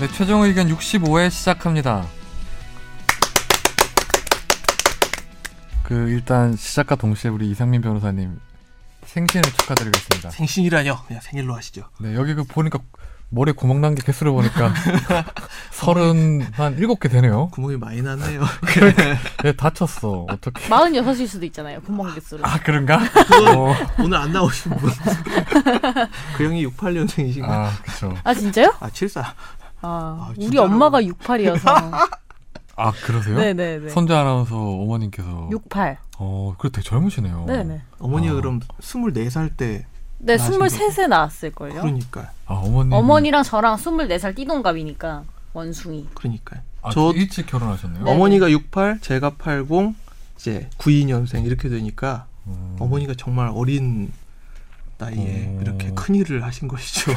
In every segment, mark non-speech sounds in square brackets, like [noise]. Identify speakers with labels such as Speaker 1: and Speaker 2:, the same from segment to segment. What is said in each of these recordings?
Speaker 1: 네, 최종 의견 65회 시작합니다. 그 일단 시작과 동시에 우리 이상민 변호사님 생신을 축하드리겠습니다.
Speaker 2: 생신이라뇨. 그냥 생일로 하시죠.
Speaker 1: 네, 여기 그 보니까 머리 구멍 난 게 개수를
Speaker 2: [laughs]
Speaker 1: 보니까 서른 한 일곱 개 되네요.
Speaker 2: 구멍이 많이 [laughs] 났네요.
Speaker 1: 네, 다쳤어. 어떻게?
Speaker 3: 46일 수도 있잖아요. 구멍 개수로.
Speaker 1: 아 그런가?
Speaker 2: 그거
Speaker 1: 어,
Speaker 2: 오늘 안 나오신 분. [laughs] 그 형이 68년생이신가? 아,
Speaker 1: 아 그렇죠.
Speaker 3: 아 진짜요?
Speaker 2: 74.
Speaker 3: 아,
Speaker 2: 아,
Speaker 3: 우리
Speaker 2: 진짜로?
Speaker 3: 엄마가
Speaker 2: [laughs]
Speaker 3: 68이어서.
Speaker 1: 아 그러세요?
Speaker 3: 네네네.
Speaker 1: 선재 아나운서 어머님께서
Speaker 3: 68.
Speaker 1: 어 그래 되게 젊으시네요.
Speaker 3: 네네.
Speaker 2: 어머니가
Speaker 1: 아.
Speaker 2: 그럼 24살 때
Speaker 3: 네,
Speaker 2: 나신
Speaker 3: 23세 나왔을걸요.
Speaker 2: 그러니까.
Speaker 1: 아 어머님.
Speaker 3: 어머니랑 저랑 24살 띠동갑이니까 원숭이.
Speaker 2: 그러니까.
Speaker 1: 아,
Speaker 2: 저
Speaker 1: 일찍 결혼하셨네요.
Speaker 3: 네.
Speaker 2: 어머니가 68, 제가 80, 이제 92년생 이렇게 되니까
Speaker 1: 음.
Speaker 2: 어머니가 정말 어린 나이에
Speaker 1: 음.
Speaker 2: 이렇게 큰 일을 하신 [laughs] 것이죠.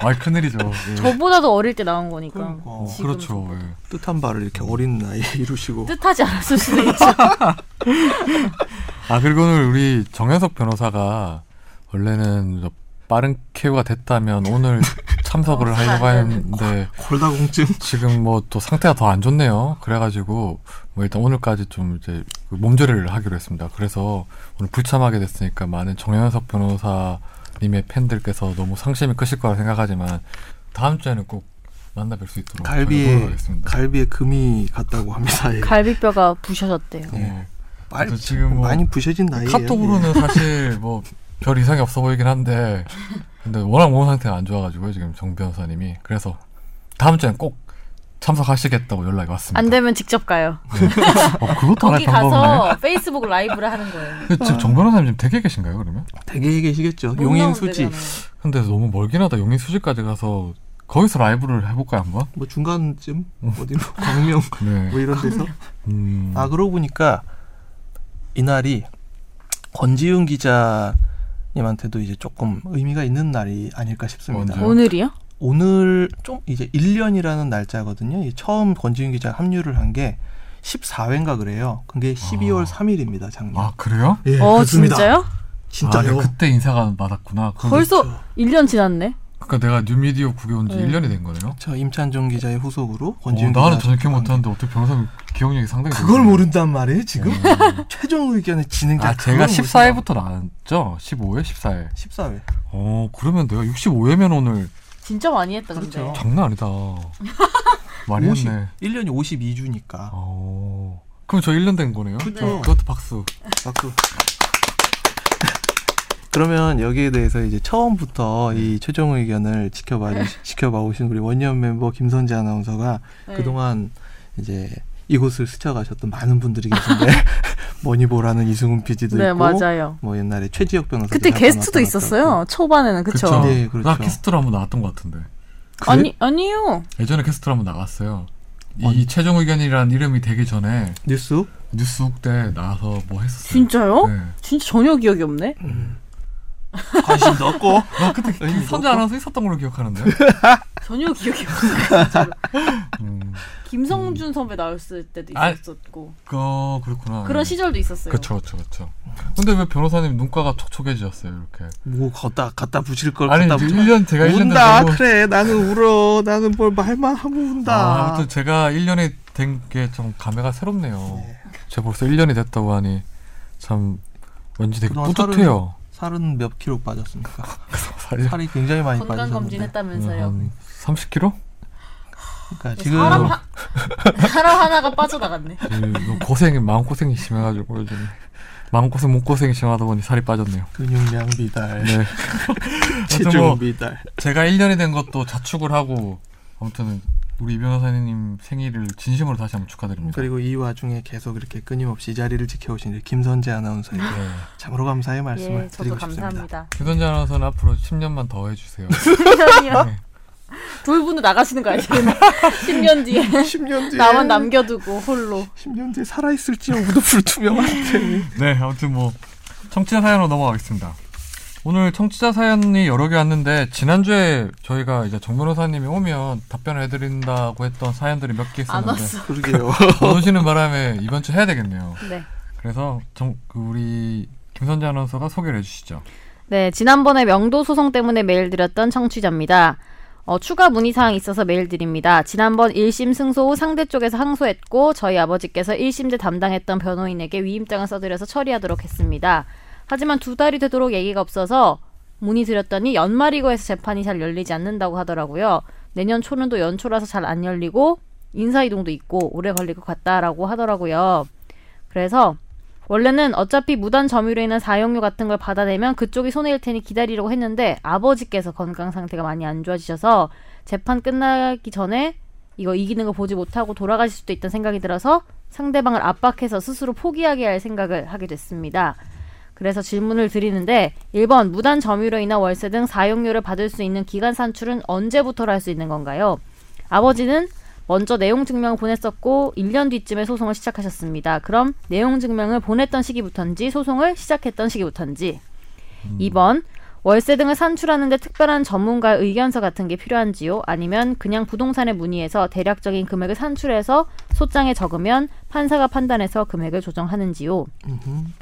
Speaker 1: 아 큰일이죠. 예.
Speaker 3: 저보다도 어릴 때 나온 거니까.
Speaker 2: 그러니까.
Speaker 1: 어,
Speaker 3: 지금
Speaker 1: 그렇죠.
Speaker 3: 정도.
Speaker 1: 예.
Speaker 2: 뜻한 바를 이렇게 어린 나이에 이루시고
Speaker 3: 뜻하지 않았을
Speaker 2: [laughs]
Speaker 3: 수도 있죠.
Speaker 1: 아 그리고 오늘 우리 정현석 변호사가 원래는 저 빠른 케어가 됐다면
Speaker 3: [laughs]
Speaker 1: 오늘 참석을
Speaker 3: 어,
Speaker 1: 하려고
Speaker 3: 아, 네.
Speaker 1: 했는데
Speaker 2: 골다공증
Speaker 1: 지금 뭐 또 상태가 더 안 좋네요. 그래가지고 뭐 일단 오늘까지 좀 이제 그 몸조리를 하기로 했습니다. 그래서 오늘 불참하게 됐으니까 많은 정현석 변호사님의 팬들께서 너무 상심이 크실 거라 생각하지만 다음 주에는 꼭 만나 뵐 수 있도록 저희가
Speaker 2: 갈비에
Speaker 1: 노력하겠습니다.
Speaker 2: 갈비에 금이 갔다고 합니다. 예.
Speaker 3: 갈비뼈가 부셔졌대요.
Speaker 1: 예.
Speaker 2: 네. 빨리
Speaker 1: 그래서 지금 뭐
Speaker 2: 많이 부셔진 나이에요.
Speaker 1: 카톡으로는
Speaker 2: 예.
Speaker 1: 사실 뭐 별 이상이 없어 보이긴
Speaker 2: [laughs]
Speaker 1: 한데 근데 워낙 몸 상태가 안 좋아가지고요 지금 정 변호사님이 그래서 다음 주엔 꼭 참석하시겠다고 연락이 왔습니다.
Speaker 3: 안 되면 직접 가요.
Speaker 1: 어, 그것도 하나의
Speaker 3: 거기
Speaker 1: 방법이네.
Speaker 3: 가서 [laughs] 어. 페이스북 라이브를 하는 거예요.
Speaker 1: 근데 지금 정 변호사님 지금 댁에 계신가요 그러면?
Speaker 2: 예. 되게 계시겠죠.
Speaker 3: 못
Speaker 2: [laughs] 용인
Speaker 3: 나오면
Speaker 2: 수지
Speaker 3: 되잖아요.
Speaker 1: 근데 너무 멀긴 하다 용인 수지까지 가서 거기서 라이브를 해볼까요 한번?
Speaker 2: 뭐 중간쯤
Speaker 1: 음.
Speaker 2: 어디로
Speaker 1: [laughs]
Speaker 2: 광명
Speaker 1: 네.
Speaker 2: 뭐 이런 데서
Speaker 1: 음,
Speaker 2: 아 그러고 보니까 이날이 권지윤 기자님한테도 이제 조금 의미가 있는 날이 아닐까 싶습니다.
Speaker 1: 언제요?
Speaker 3: 오늘이요?
Speaker 2: 오늘 좀 이제 1년이라는 날짜거든요. 이 처음 권지윤 기자 합류를 한 게 14회인가 그래요. 그게 12월
Speaker 1: 아.
Speaker 2: 3일입니다, 작년.
Speaker 1: 아 그래요?
Speaker 2: 예,
Speaker 3: 어,
Speaker 2: 그렇습니다.
Speaker 3: 진짜요?
Speaker 1: 아,
Speaker 2: 진짜요?
Speaker 1: 내가 그때 인사가 맞았구나. 그,
Speaker 3: 벌써
Speaker 2: 그렇죠.
Speaker 3: 1년 지났네.
Speaker 1: 그러니까 내가 뉴미디어 구개 온지
Speaker 3: 네.
Speaker 1: 1년이 된 거네요.
Speaker 2: 저 임찬종 기자의 후속으로
Speaker 1: 어,
Speaker 2: 권지윤
Speaker 1: 나는
Speaker 2: 기자
Speaker 1: 전혀 기억
Speaker 2: 합류한
Speaker 1: 못하는데 어떻게 변호사님 기억력이 상당히
Speaker 2: 그걸
Speaker 1: 좋으시네요.
Speaker 2: 모른단 말이에요 지금
Speaker 1: 음.
Speaker 2: 최종 의견의 진행자
Speaker 1: 아 제가 14회부터 나왔죠? 15회, 14회.
Speaker 2: 14회
Speaker 1: 어 그러면 내가 65회면 오늘
Speaker 3: 진짜 많이 했다 근데.
Speaker 2: 그렇죠.
Speaker 1: 장난 아니다. [laughs] 많이
Speaker 2: 50,
Speaker 1: 했네.
Speaker 2: 1년이 52주니까
Speaker 1: 어 그럼 저 1년 된 거네요?
Speaker 2: 그죠.
Speaker 1: 어, 그것도 박수.
Speaker 2: 박수 아, [laughs] 그러면 여기에 대해서 이제 처음부터
Speaker 1: 네.
Speaker 2: 이 최종 의견을 지켜봐
Speaker 1: [laughs]
Speaker 2: 주- 지켜봐 오신 우리 원년 멤버 김선재 아나운서가
Speaker 3: 네.
Speaker 2: 그동안 이제 이곳을 스쳐가셨던 많은 분들이 계신데 [laughs] 머니보라는 이승훈 PD도
Speaker 3: 네,
Speaker 2: 있고
Speaker 3: 맞아요.
Speaker 2: 뭐 옛날에 최지혁 변호사
Speaker 3: 그때 게스트도 있었어요. 초반에는 그쵸?
Speaker 1: 그쵸?
Speaker 2: 네, 그렇죠.
Speaker 1: 나 게스트로 한번 나왔던 것 같은데.
Speaker 3: 아니 아니요.
Speaker 1: 예전에 게스트로 한번 나갔어요. 이
Speaker 2: 언-
Speaker 1: 최종 의견이란 이름이 되기 전에
Speaker 2: 뉴스
Speaker 1: 뉴스국 때 나와서 뭐 했었어요.
Speaker 3: 진짜요?
Speaker 1: 네.
Speaker 3: 진짜 전혀 기억이 없네.
Speaker 2: 관심 넣고
Speaker 1: 나 그때
Speaker 2: 의미
Speaker 1: 김선재
Speaker 2: 없고.
Speaker 1: 아나운서 있었던 걸로 기억하는데.
Speaker 3: 전혀 기억이 없어요. 진짜로.
Speaker 1: 음,
Speaker 3: [laughs] 김성준 선배 나왔을 때도
Speaker 1: 아,
Speaker 3: 있었고
Speaker 1: 그 그렇구나.
Speaker 3: 음. 그런
Speaker 1: 네.
Speaker 3: 시절도 있었어요.
Speaker 1: 그쵸 그쵸 그쵸. 근데 왜 변호사님 눈가가 촉촉해지셨어요 이렇게?
Speaker 2: 뭐 갖다 갖다 부실 걸
Speaker 1: 아니
Speaker 2: 갖다
Speaker 1: 이제
Speaker 2: 붙여
Speaker 1: 1년 제가 1년
Speaker 2: 운다
Speaker 1: 되고
Speaker 2: 그래 나는 울어 나는 뭘 말만 하면 운다
Speaker 1: 아, 아무튼 제가 1년이 된 게 좀 감회가 새롭네요.
Speaker 2: 네.
Speaker 1: 제가 벌써 1년이 됐다고 하니 참 왠지 되게
Speaker 2: 그동안 살은-
Speaker 1: 뿌듯해요.
Speaker 2: 살은 몇 킬로 빠졌습니까
Speaker 1: 살이
Speaker 2: 살이 굉장히 많이
Speaker 3: 건강
Speaker 2: 빠졌는데
Speaker 3: 검진했다면서요.
Speaker 1: 한 30kg?
Speaker 2: 그러니까 지금
Speaker 3: 사람, 하, [laughs] 사람 하나가 빠져나갔네.
Speaker 1: 고생이 마음 고생이 심해가지고 요즘 마음 고생 몸 고생이 심하다 보니 살이 빠졌네요.
Speaker 2: 근육량
Speaker 3: [laughs]
Speaker 2: 미달
Speaker 1: 네. 아무튼
Speaker 2: 체중
Speaker 1: 뭐
Speaker 2: 미달
Speaker 1: 제가 1년이 된 것도 자축을 하고 아무튼 우리 이 변호사님 생일을 진심으로 다시 한번 축하드립니다.
Speaker 2: 그리고 이 와중에 계속 이렇게 끊임없이 이 자리를 지켜오신 우리 김선재 아나운서에게
Speaker 1: 네.
Speaker 2: 참으로 감사의 말씀을
Speaker 3: 예, 저도
Speaker 2: 드리고 싶습니다
Speaker 3: 감사합니다.
Speaker 1: 김선재 아나운서는 앞으로 10년만 더 해주세요.
Speaker 3: 아니요.
Speaker 1: 네.
Speaker 3: 둘 분은 나가시는 거 아니에요? [laughs] 10년 [laughs] 뒤에
Speaker 2: 10년 뒤에
Speaker 3: 나만 남겨두고 홀로.
Speaker 2: 10년 뒤에 살아있을지 여부도 불투명한데
Speaker 1: 네, 아무튼 뭐 청취자 사연으로 넘어가겠습니다. 오늘 청취자 사연이 여러 개 왔는데 지난주에 저희가 이제 정 변호사님이 오면 답변을 해드린다고 했던 사연들이 몇 개
Speaker 3: 안
Speaker 1: 있었는데
Speaker 3: 왔어.
Speaker 2: [laughs] 그러게요
Speaker 1: 못 오시는 바람에 이번 주 해야 되겠네요.
Speaker 3: 네.
Speaker 1: 그래서 정, 그 우리 김선재 아나운서가 소개를 해주시죠.
Speaker 3: 네, 지난번에 명도 소송 때문에 메일 드렸던 청취자입니다. 어, 추가 문의사항 있어서 메일 드립니다. 지난번 1심 승소 후 상대 쪽에서 항소했고 저희 아버지께서 1심제 담당했던 변호인에게 위임장을 써드려서 처리하도록 했습니다. 하지만 두 달이 되도록 얘기가 없어서 문의 드렸더니 연말이고 해서 재판이 잘 열리지 않는다고 하더라고요. 내년 초는 또 연초라서 잘 안 열리고 인사이동도 있고 오래 걸릴 것 같다라고 하더라고요. 그래서 원래는 어차피 무단 점유로 인한 사용료 같은 걸 받아내면 그쪽이 손해일 테니 기다리려고 했는데 아버지께서 건강 상태가 많이 안 좋아지셔서 재판 끝나기 전에 이거 이기는 거 보지 못하고 돌아가실 수도 있다는 생각이 들어서 상대방을 압박해서 스스로 포기하게 할 생각을 하게 됐습니다. 그래서 질문을 드리는데 1번 무단 점유로 인한 월세 등 사용료를 받을 수 있는 기간 산출은 언제부터로 할 수 있는 건가요? 아버지는 먼저 내용 증명을 보냈었고 1년 뒤쯤에 소송을 시작하셨습니다. 그럼 내용 증명을 보냈던 시기부터인지 소송을 시작했던 시기부터인지 2번 월세 등을 산출하는데 특별한 전문가 의견서 같은 게 필요한지요? 아니면 그냥 부동산에 문의해서 대략적인 금액을 산출해서 소장에 적으면 판사가 판단해서 금액을 조정하는지요?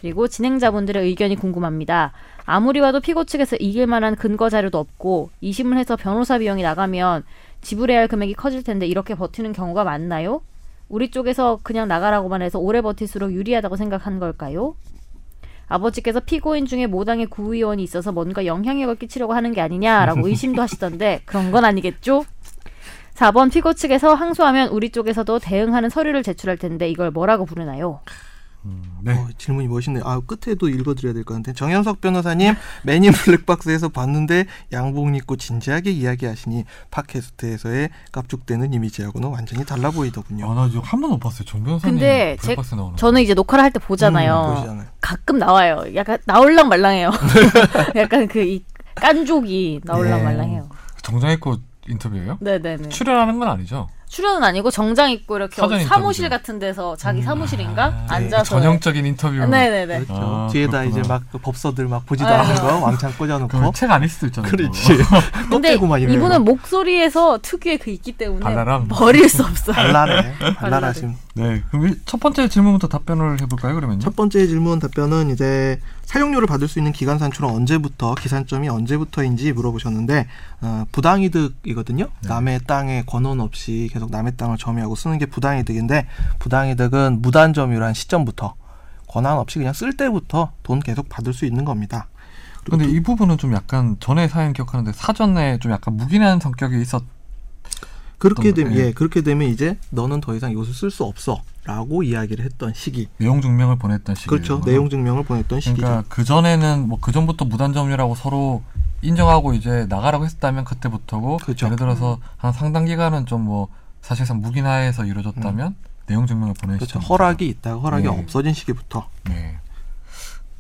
Speaker 3: 그리고 진행자분들의 의견이 궁금합니다. 아무리 봐도 피고 측에서 이길 만한 근거 자료도 없고 이심을 해서 변호사 비용이 나가면 지불해야 할 금액이 커질 텐데 이렇게 버티는 경우가 많나요? 우리 쪽에서 그냥 나가라고만 해서 오래 버틸수록 유리하다고 생각한 걸까요? 아버지께서 피고인 중에 모당의 구의원이 있어서 뭔가 영향력을 끼치려고 하는 게 아니냐라고 의심도 하시던데 그런 건 아니겠죠? 4번 피고 측에서 항소하면 우리 쪽에서도 대응하는 서류를 제출할 텐데 이걸 뭐라고 부르나요?
Speaker 1: 네.
Speaker 2: 어, 질문이 멋있네요. 아, 끝에도 읽어드려야 될 것 같은데. 정현석 변호사님, [laughs] 매니 블랙박스에서 봤는데 양복 입고 진지하게 이야기하시니 팟캐스트에서의 깝죽대는 이미지하고는 완전히 달라 보이더군요.
Speaker 1: 나 지금 한 번도 못 봤어요. 정 변호사님
Speaker 3: 근데 제-
Speaker 1: 블랙박스 나오는 거.
Speaker 3: 저는 이제 녹화를 할 때
Speaker 2: 음,
Speaker 3: 보잖아요.
Speaker 2: 보시잖아요.
Speaker 3: 가끔 나와요. 약간 나올랑
Speaker 1: [laughs]
Speaker 3: 말랑해요. [laughs] 약간 그 이 깐족이 나올랑
Speaker 1: 예.
Speaker 2: 네.
Speaker 3: 말랑해요.
Speaker 1: 그 정장 입고 인터뷰예요?
Speaker 3: 네네네.
Speaker 1: 출연하는 건 아니죠?
Speaker 3: 출연은 아니고 정장 입고 이렇게
Speaker 1: 사전
Speaker 3: 어디 사무실
Speaker 1: 인터뷰죠.
Speaker 3: 같은 데서 자기
Speaker 1: 음,
Speaker 3: 사무실인가
Speaker 1: 아,
Speaker 3: 앉아서 네,
Speaker 1: 전형적인 인터뷰.
Speaker 3: 네네네.
Speaker 2: 그렇죠.
Speaker 1: 아,
Speaker 2: 뒤에다
Speaker 1: 그렇구나.
Speaker 2: 이제 막그 법서들 막 보지도
Speaker 3: 아,
Speaker 2: 않은 거 왕창 꽂아놓고.
Speaker 1: 그럼 책 아닐 수도 있잖아요.
Speaker 2: 뭐? [laughs] 그렇지. [laughs]
Speaker 3: 근데
Speaker 2: 껍데기만 있는
Speaker 3: 이분은 뭐 목소리에서 특유의 그 있기 때문에
Speaker 1: 발랄함.
Speaker 3: 버릴 수
Speaker 1: [laughs]
Speaker 3: 없어요.
Speaker 2: 발랄해. 발랄하심.
Speaker 1: 네, 그럼 일- 첫 번째 질문부터 답변을 해볼까요? 그러면요.
Speaker 2: 첫 번째 질문 답변은 이제 사용료를 받을 수 있는 기간 산출은 언제부터 기산점이 언제부터인지 물어보셨는데 어, 부당이득이거든요.
Speaker 1: 네.
Speaker 2: 남의 땅에 권원 없이 계속 남의 땅을 점유하고 쓰는 게 부당이득인데 부당이득은 무단 점유란 시점부터 권한 없이 그냥 쓸 때부터 돈 계속 받을 수 있는 겁니다.
Speaker 1: 근데 이 부분은 좀 약간 전에 사연 기억하는데 사전에 좀 약간 무기한 성격이 있었.
Speaker 2: 그렇게
Speaker 1: 어떤
Speaker 2: 되면
Speaker 1: 거? 예.
Speaker 2: 예 그렇게 되면 이제 너는 더 이상 이것을 쓸 수 없어라고 이야기를 했던 시기.
Speaker 1: 내용 증명을 보냈던 시기.
Speaker 2: 그렇죠. 내용 증명을 보냈던 시기죠.
Speaker 1: 그러니까 그 전에는 뭐 그 전부터 무단 점유라고 서로 인정하고 이제 나가라고 했다면 그때부터고
Speaker 2: 그렇죠.
Speaker 1: 예를 들어서 한 상당 기간은 좀 뭐 사실상 무기나에서 이루어졌다면 내용 증명을
Speaker 2: 그렇죠.
Speaker 1: 보내시죠.
Speaker 2: 허락이 있다가 허락이
Speaker 1: 예.
Speaker 2: 없어진 시기부터
Speaker 1: 네.